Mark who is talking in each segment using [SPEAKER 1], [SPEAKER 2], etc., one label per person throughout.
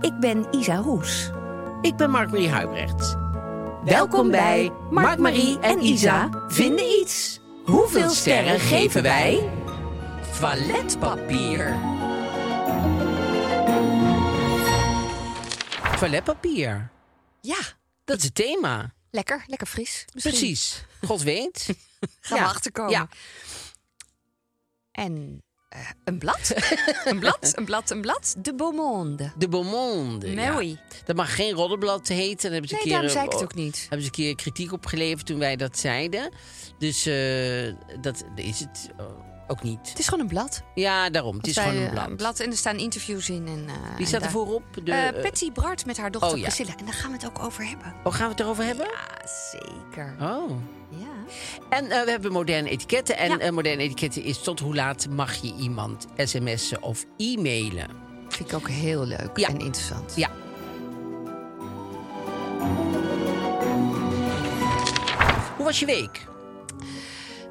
[SPEAKER 1] Ik ben Isa Roes.
[SPEAKER 2] Ik ben Mark-Marie Huibrecht.
[SPEAKER 1] Welkom bij Mark, Marie en Isa vinden iets. Hoeveel sterren geven wij? Toiletpapier.
[SPEAKER 2] Toiletpapier.
[SPEAKER 3] Ja,
[SPEAKER 2] Dat is het thema.
[SPEAKER 3] lekker. Lekker fris. Misschien.
[SPEAKER 2] Precies. God weet.
[SPEAKER 3] Gaan we achterkomen.
[SPEAKER 2] Ja.
[SPEAKER 3] En eh, een blad. een blad, een blad, een blad. De Beaumonde.
[SPEAKER 2] De Beaumonde. ja.
[SPEAKER 3] Mooi.
[SPEAKER 2] Dat mag geen roddelblad heten. Daar hebben ze
[SPEAKER 3] Nee,
[SPEAKER 2] een keer,
[SPEAKER 3] daarom zei ik
[SPEAKER 2] eh,
[SPEAKER 3] het ook niet.
[SPEAKER 2] Hebben ze een keer kritiek opgeleverd toen wij dat zeiden. Dus eh, dat is het eh, ook niet.
[SPEAKER 3] Het is gewoon een blad.
[SPEAKER 2] Ja, daarom. Het is
[SPEAKER 3] Bij,
[SPEAKER 2] gewoon een
[SPEAKER 3] eh,
[SPEAKER 2] blad.
[SPEAKER 3] En er staan interviews in. En, eh,
[SPEAKER 2] Wie staat
[SPEAKER 3] en
[SPEAKER 2] er
[SPEAKER 3] daar-
[SPEAKER 2] voorop? De,
[SPEAKER 3] Eh,
[SPEAKER 2] eh,
[SPEAKER 3] Patty Bart met haar dochter
[SPEAKER 2] oh, ja.
[SPEAKER 3] Priscilla. En daar gaan we het ook over hebben.
[SPEAKER 2] Oh, gaan we het erover hebben?
[SPEAKER 3] Ja, zeker.
[SPEAKER 2] Oh.
[SPEAKER 3] Ja.
[SPEAKER 2] En eh, we hebben moderne etiketten. En
[SPEAKER 3] Ja.
[SPEAKER 2] eh, moderne etiketten is tot hoe laat mag je iemand sms'en of e-mailen?
[SPEAKER 3] Vind ik ook heel leuk
[SPEAKER 2] Ja.
[SPEAKER 3] en interessant.
[SPEAKER 2] Ja. Hoe was je week?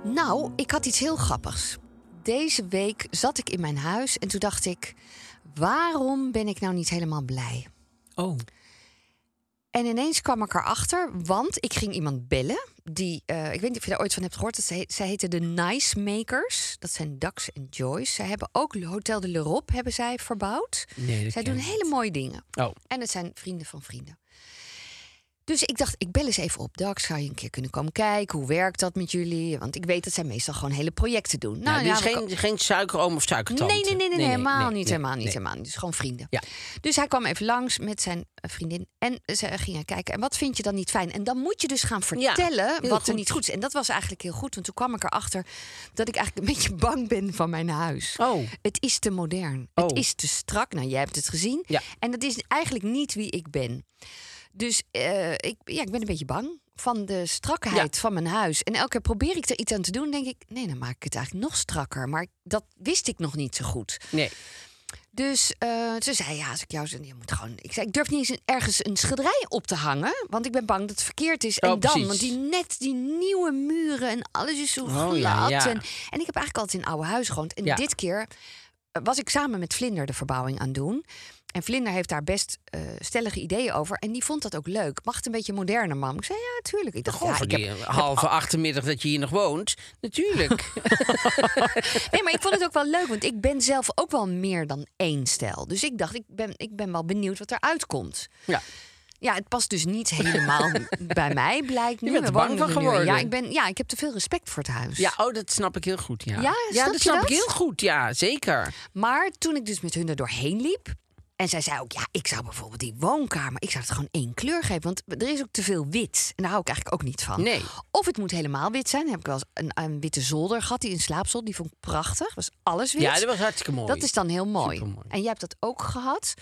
[SPEAKER 3] Nou, ik had iets heel grappigs. Deze week zat ik in mijn huis en toen dacht ik... waarom ben ik nou niet helemaal blij?
[SPEAKER 2] Oh.
[SPEAKER 3] En ineens kwam ik erachter, want ik ging iemand bellen... die, eh, ik weet niet of je daar ooit van hebt gehoord... Dat zij, zij heten de Nice Makers. Dat zijn Dax en Joyce. Zij hebben ook Hotel de Lerop hebben zij verbouwd.
[SPEAKER 2] Nee, dat
[SPEAKER 3] zij
[SPEAKER 2] ken
[SPEAKER 3] doen
[SPEAKER 2] ik
[SPEAKER 3] hele mooie dingen.
[SPEAKER 2] Oh.
[SPEAKER 3] En het zijn vrienden van vrienden. Dus ik dacht, ik bel eens even op. Dax, zou je een keer kunnen komen kijken? Hoe werkt dat met jullie? Want ik weet dat zij meestal gewoon hele projecten doen.
[SPEAKER 2] Nou, dit
[SPEAKER 3] ja,
[SPEAKER 2] is
[SPEAKER 3] we
[SPEAKER 2] geen, geen suikeroom of suikertante.
[SPEAKER 3] Nee, nee, nee, nee, nee, helemaal
[SPEAKER 2] nee,
[SPEAKER 3] niet.
[SPEAKER 2] nee,
[SPEAKER 3] helemaal niet,
[SPEAKER 2] nee.
[SPEAKER 3] helemaal niet. Dus gewoon vrienden.
[SPEAKER 2] Ja.
[SPEAKER 3] Dus hij kwam even langs met zijn eh, vriendin en ze gingen kijken. En wat vind je dan niet fijn? En dan moet je dus gaan vertellen
[SPEAKER 2] heel
[SPEAKER 3] wat
[SPEAKER 2] goed.
[SPEAKER 3] er niet goed is. En dat was eigenlijk heel goed, want toen kwam ik erachter dat ik eigenlijk een beetje bang ben van mijn huis.
[SPEAKER 2] Oh.
[SPEAKER 3] Het is te modern.
[SPEAKER 2] Oh.
[SPEAKER 3] Het is te strak. Nou, jij hebt het gezien.
[SPEAKER 2] Ja.
[SPEAKER 3] En dat is eigenlijk niet wie ik ben. Dus eh, ik, ja, ik ben een beetje bang van de strakheid van mijn huis. En elke keer probeer ik er iets aan te doen, denk ik... nee, dan maak ik het eigenlijk nog strakker. Maar dat wist ik nog niet zo goed.
[SPEAKER 2] Nee.
[SPEAKER 3] Dus eh, ze zei, ja, als ik jou zo... Je moet gewoon... Ik zei, ik durf niet eens een- ergens een schilderij op te hangen... want ik ben bang dat het verkeerd is.
[SPEAKER 2] Oh,
[SPEAKER 3] en dan,
[SPEAKER 2] precies.
[SPEAKER 3] want die net die nieuwe muren en alles is zo
[SPEAKER 2] Oh,
[SPEAKER 3] glad.
[SPEAKER 2] ja, ja.
[SPEAKER 3] En, en ik heb eigenlijk altijd in oude huizen gewoond. En
[SPEAKER 2] Ja.
[SPEAKER 3] dit keer eh, was ik samen met Vlinder de verbouwing aan het doen... En Vlinder heeft daar best eh, stellige ideeën over. En die vond dat ook leuk. Mag het een beetje moderner, mam? Ik zei, ja, tuurlijk. Ik dacht,
[SPEAKER 2] Gewoon
[SPEAKER 3] ja,
[SPEAKER 2] voor
[SPEAKER 3] ik heb
[SPEAKER 2] die eh, halve achtermiddag dat je hier nog woont. Natuurlijk.
[SPEAKER 3] Nee, maar ik vond het ook wel leuk, want ik ben zelf ook wel meer dan één stijl. Dus ik dacht, ik ben, ik ben wel benieuwd wat eruit komt.
[SPEAKER 2] ja.
[SPEAKER 3] Ja, het past dus niet helemaal bij mij, blijkt nu.
[SPEAKER 2] bent
[SPEAKER 3] We
[SPEAKER 2] er bang
[SPEAKER 3] wonen
[SPEAKER 2] van
[SPEAKER 3] er nu een
[SPEAKER 2] geworden.
[SPEAKER 3] jaar. Ja, ik, ben, ja, ik heb te veel respect voor het huis.
[SPEAKER 2] ja, oh, dat snap ik heel goed. Ja,
[SPEAKER 3] Ja, snap
[SPEAKER 2] dat
[SPEAKER 3] je
[SPEAKER 2] snap
[SPEAKER 3] dat?
[SPEAKER 2] ik heel goed. Ja, zeker.
[SPEAKER 3] Maar toen ik dus met hun er doorheen liep... en zij zei ook, ja, ik zou bijvoorbeeld die woonkamer... ik zou het gewoon één kleur geven, want er is ook te veel wit. En daar hou ik eigenlijk ook niet van.
[SPEAKER 2] Nee.
[SPEAKER 3] Of het moet helemaal wit zijn. Dan heb ik wel eens een, een witte zolder gehad, die een slaapzolder. Die vond ik prachtig, was alles wit.
[SPEAKER 2] Ja, dat was hartstikke mooi.
[SPEAKER 3] Dat is dan heel mooi.
[SPEAKER 2] Supermooi.
[SPEAKER 3] En jij hebt dat ook gehad,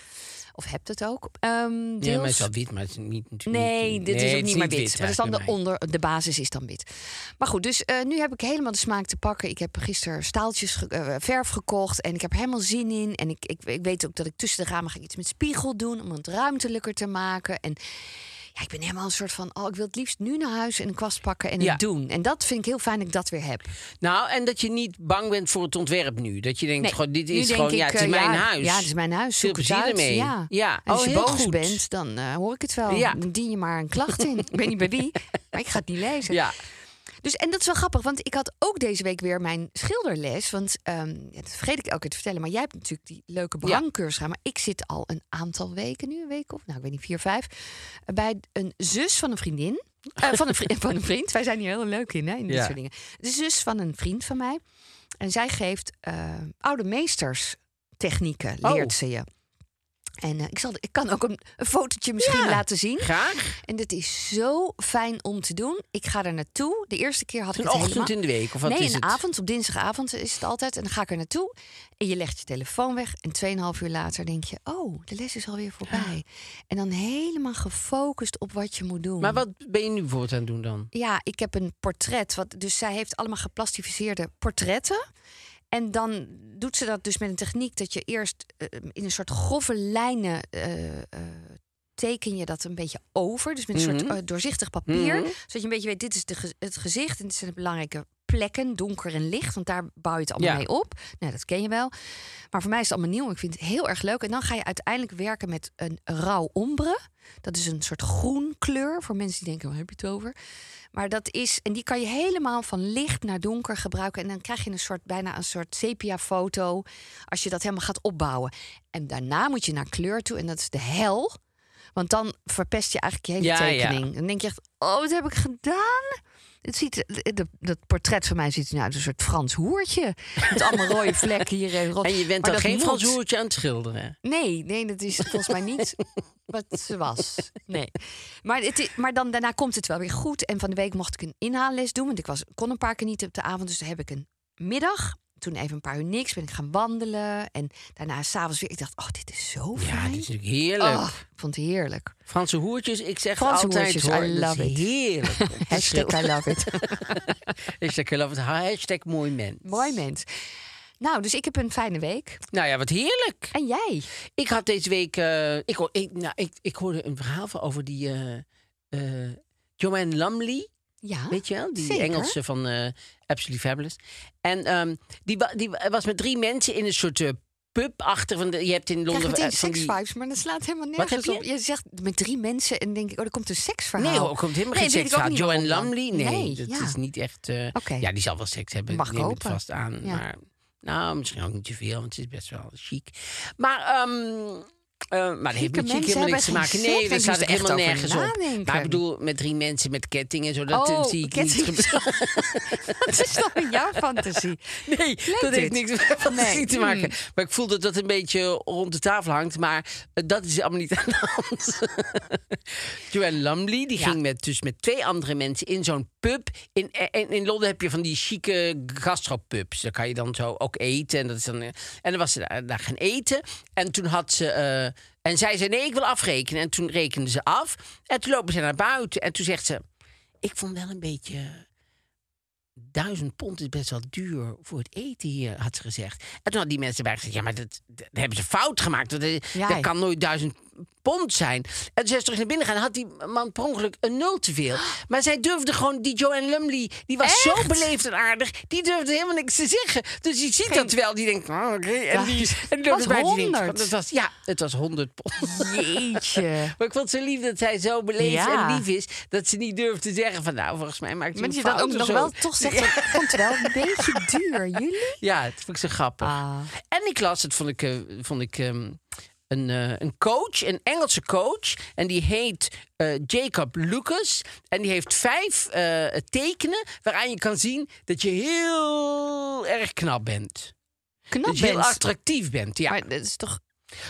[SPEAKER 3] of hebt het ook. ehm,
[SPEAKER 2] Ja, maar het
[SPEAKER 3] deels-
[SPEAKER 2] is wel wit, maar het is niet natuurlijk.
[SPEAKER 3] Nee, dit is ook
[SPEAKER 2] het
[SPEAKER 3] niet meer wit. maar dat is dan
[SPEAKER 2] eigenlijk
[SPEAKER 3] de,
[SPEAKER 2] bij mij.
[SPEAKER 3] onder, de basis is dan wit. Maar goed, dus eh, nu heb ik helemaal de smaak te pakken. Ik heb gisteren staaltjes ge- eh, verf gekocht en ik heb er helemaal zin in. En ik, ik, ik weet ook dat ik tussen de ramen ga ik iets met spiegel doen om het ruimtelijker te maken. En ja, ik ben helemaal een soort van, oh, ik wil het liefst nu naar huis en een kwast pakken en
[SPEAKER 2] Ja.
[SPEAKER 3] het doen. En dat vind ik heel fijn dat ik dat weer heb.
[SPEAKER 2] Nou, en dat je niet bang bent voor het ontwerp nu. Dat je denkt,
[SPEAKER 3] Nee,
[SPEAKER 2] gewoon, dit
[SPEAKER 3] nu
[SPEAKER 2] is
[SPEAKER 3] denk
[SPEAKER 2] gewoon, ja,
[SPEAKER 3] ik,
[SPEAKER 2] het is
[SPEAKER 3] eh,
[SPEAKER 2] mijn huis.
[SPEAKER 3] Ja, het is mijn huis.
[SPEAKER 2] Veel
[SPEAKER 3] Zoek het
[SPEAKER 2] plezier
[SPEAKER 3] uit.
[SPEAKER 2] ermee.
[SPEAKER 3] Ja.
[SPEAKER 2] ja.
[SPEAKER 3] En als
[SPEAKER 2] oh,
[SPEAKER 3] je
[SPEAKER 2] heel
[SPEAKER 3] boos
[SPEAKER 2] goed.
[SPEAKER 3] bent, dan eh, hoor ik het wel.
[SPEAKER 2] Ja.
[SPEAKER 3] Dan dien je maar een klacht in. ik weet niet bij wie, maar ik ga het niet lezen.
[SPEAKER 2] Ja.
[SPEAKER 3] Dus, en dat is wel grappig, want ik had ook deze week weer mijn schilderles. Want ehm, ja, dat vergeet ik elke keer te vertellen. Maar jij hebt natuurlijk die leuke behangcursus gedaan. Maar ik zit al een aantal weken nu, een week of, nou ik weet niet, vier, vijf. eh, Bij een zus van een vriendin. Eh, van, een vriend, van een vriend. Wij zijn hier heel leuk in, hè, in dit
[SPEAKER 2] Ja.
[SPEAKER 3] soort dingen. De zus van een vriend van mij. En zij geeft eh, oude meesters technieken,
[SPEAKER 2] Oh.
[SPEAKER 3] leert ze je. En eh, ik, zal, ik kan ook een, een fotootje misschien
[SPEAKER 2] Ja.
[SPEAKER 3] laten zien.
[SPEAKER 2] Graag.
[SPEAKER 3] En dat is zo fijn om te doen. Ik ga er naartoe. De eerste keer had ik
[SPEAKER 2] Een
[SPEAKER 3] het
[SPEAKER 2] ochtend
[SPEAKER 3] helemaal...
[SPEAKER 2] in de week, of wat
[SPEAKER 3] nee,
[SPEAKER 2] is
[SPEAKER 3] een
[SPEAKER 2] het?
[SPEAKER 3] avond. Op dinsdagavond is het altijd. En dan ga ik er naartoe. En je legt je telefoon weg. En 2,5 uur later denk je... Oh, de les is alweer voorbij. En dan helemaal gefocust op wat je moet doen.
[SPEAKER 2] Maar wat ben je nu bijvoorbeeld aan het doen dan?
[SPEAKER 3] Ja, ik heb een portret. Wat, dus zij heeft allemaal geplastificeerde portretten. En dan doet ze dat dus met een techniek dat je eerst eh, in een soort grove lijnen eh, eh, teken je dat een beetje over. Dus met een soort eh, doorzichtig papier. Zodat je een beetje weet, dit is de, ge- het gezicht en dit zijn de belangrijke plekken, donker en licht. Want daar bouw je het allemaal
[SPEAKER 2] Ja.
[SPEAKER 3] mee op. Nou, dat ken je wel. Maar voor mij is het allemaal nieuw. Ik vind het heel erg leuk. En dan ga je uiteindelijk werken met een rauw ombre. Dat is een soort groen kleur voor mensen die denken, "Oh, waar heb je het over? Maar dat is, en die kan je helemaal van licht naar donker gebruiken. En dan krijg je een soort, bijna een soort sepia-foto. Als je dat helemaal gaat opbouwen. En daarna moet je naar kleur toe. En dat is de hel. Want dan verpest je eigenlijk je hele
[SPEAKER 2] Ja, ja.
[SPEAKER 3] tekening. Dan denk je echt, oh, wat heb ik gedaan? Het ziet, de- dat portret van mij ziet er nou uit als een soort Frans hoertje. Met allemaal rode vlekken hier en rot.
[SPEAKER 2] En je bent
[SPEAKER 3] Maar
[SPEAKER 2] dan
[SPEAKER 3] dat
[SPEAKER 2] geen
[SPEAKER 3] moet.
[SPEAKER 2] Frans hoertje aan het schilderen.
[SPEAKER 3] Nee, nee, dat is volgens mij niet wat ze was. Nee. Maar, het i- maar dan, daarna komt het wel weer goed. En van de week mocht ik een inhaalles doen. Want ik was, kon een paar keer niet op de avond. Dus toen heb ik een middag. Toen even een paar uur niks. Ben ik gaan wandelen. En daarna s'avonds weer. Ik dacht, oh, dit is zo fijn.
[SPEAKER 2] Ja, dit is natuurlijk heerlijk.
[SPEAKER 3] Oh, ik vond het heerlijk.
[SPEAKER 2] Franse hoertjes, ik zeg
[SPEAKER 3] Franse
[SPEAKER 2] altijd
[SPEAKER 3] hoertjes,
[SPEAKER 2] hoor,
[SPEAKER 3] I
[SPEAKER 2] dat is
[SPEAKER 3] love it.
[SPEAKER 2] heerlijk. om te
[SPEAKER 3] Hashtag I
[SPEAKER 2] schilderen.
[SPEAKER 3] love it.
[SPEAKER 2] Hashtag I love it. Hashtag mooi mens.
[SPEAKER 3] Mooi mens. Nou, dus ik heb een fijne week.
[SPEAKER 2] Nou ja, wat heerlijk.
[SPEAKER 3] En jij?
[SPEAKER 2] Ik had deze week. eh, ik, hoor- ik, nou, ik, ik hoorde een verhaal van over die. eh eh, Joanne Lumley,
[SPEAKER 3] Ja.
[SPEAKER 2] weet je wel? Die
[SPEAKER 3] zeker.
[SPEAKER 2] Engelse van eh, Absolutely Fabulous. En ehm, die, wa- die was met drie mensen in een soort eh, pub achter. Van de, je hebt in
[SPEAKER 3] Ik krijg
[SPEAKER 2] Londen.
[SPEAKER 3] meteen
[SPEAKER 2] eh, van die-
[SPEAKER 3] seksvibes, maar dat slaat helemaal nergens
[SPEAKER 2] heb
[SPEAKER 3] op.
[SPEAKER 2] je?
[SPEAKER 3] Je zegt met drie mensen en denk ik, oh, er komt een seksverhaal.
[SPEAKER 2] Nee, er komt helemaal
[SPEAKER 3] Nee,
[SPEAKER 2] geen
[SPEAKER 3] weet ik ook
[SPEAKER 2] seks aan.
[SPEAKER 3] niet
[SPEAKER 2] Joanne
[SPEAKER 3] waarom dan.
[SPEAKER 2] Lumley? Nee,
[SPEAKER 3] Nee,
[SPEAKER 2] dat
[SPEAKER 3] ja.
[SPEAKER 2] is niet echt... eh,
[SPEAKER 3] Oké.
[SPEAKER 2] Ja, die zal wel seks hebben.
[SPEAKER 3] Mag
[SPEAKER 2] neem ik
[SPEAKER 3] hopen.
[SPEAKER 2] vast aan.
[SPEAKER 3] Ja.
[SPEAKER 2] Maar nou, misschien ook niet te veel, want het is best wel chic. Maar... ehm eh, maar dat heeft
[SPEAKER 3] Chique
[SPEAKER 2] met chic
[SPEAKER 3] mensen
[SPEAKER 2] helemaal niks te
[SPEAKER 3] hebben
[SPEAKER 2] maken.
[SPEAKER 3] geen
[SPEAKER 2] Nee,
[SPEAKER 3] seks.
[SPEAKER 2] daar
[SPEAKER 3] Ik
[SPEAKER 2] staat er
[SPEAKER 3] moest er echt
[SPEAKER 2] helemaal
[SPEAKER 3] over
[SPEAKER 2] nergens op. Maar
[SPEAKER 3] nadenken.
[SPEAKER 2] ik bedoel, met drie mensen met kettingen, zo, dat eh,
[SPEAKER 3] oh,
[SPEAKER 2] zie ik
[SPEAKER 3] ketting.
[SPEAKER 2] niet gebeuren.
[SPEAKER 3] dat is toch in jouw fantasie?
[SPEAKER 2] Nee, dat heeft
[SPEAKER 3] dit?
[SPEAKER 2] niks met fantasie
[SPEAKER 3] Nee. Hmm.
[SPEAKER 2] te maken. Maar ik voel dat dat een beetje rond de tafel hangt. Maar eh, dat is allemaal niet aan de hand. Joanne Lumley, die ging met, dus met twee andere mensen in zo'n pub. In, eh, in, in Londen heb je van die chique gastropubs. Daar kan je dan zo ook eten. En, dat is dan, eh, en dan was ze daar, daar gaan eten. En toen had ze... eh, en zij zei, nee, ik wil afrekenen. En toen rekende ze af. En toen lopen ze naar buiten. En toen zegt ze... Ik vond wel een beetje... eh, Duizend pond is best wel duur voor het eten hier, had ze gezegd. En toen hadden die mensen bij gezegd: Ja, maar dat, dat hebben ze fout gemaakt. want Dat,
[SPEAKER 3] Ja.
[SPEAKER 2] dat kan nooit duizend pond zijn. En toen zijn ze terug naar binnen gaan. Had die man per ongeluk een nul te veel. Maar zij durfde gewoon, die Joanne Lumley, die was zo beleefd en aardig. Die durfde helemaal niks te zeggen. Dus die ziet dat wel. Die denkt: oh, oké. En die, en die loopt
[SPEAKER 3] Was
[SPEAKER 2] erbij, die denkt,
[SPEAKER 3] 100.
[SPEAKER 2] dat was, Ja, het was honderd pond.
[SPEAKER 3] Jeetje.
[SPEAKER 2] Maar ik vond het zo lief dat zij zo beleefd
[SPEAKER 3] Ja.
[SPEAKER 2] en lief is... dat ze niet durft te zeggen van... nou, volgens mij maakt ze
[SPEAKER 3] Maar
[SPEAKER 2] een
[SPEAKER 3] dat je dan
[SPEAKER 2] fout
[SPEAKER 3] ook
[SPEAKER 2] of
[SPEAKER 3] nog
[SPEAKER 2] zo.
[SPEAKER 3] wel toch zegt, dat komt wel een beetje duur, jullie?
[SPEAKER 2] Ja, dat vond ik zo grappig.
[SPEAKER 3] Ah.
[SPEAKER 2] En ik las, dat vond ik, eh, vond ik ehm, een, eh, een coach, een Engelse coach. En die heet eh, Jacob Lucas. En die heeft vijf eh, tekenen waaraan je kan zien dat je heel erg knap bent.
[SPEAKER 3] Knap
[SPEAKER 2] Dat je heel
[SPEAKER 3] bent.
[SPEAKER 2] attractief bent, ja.
[SPEAKER 3] Maar dat is toch...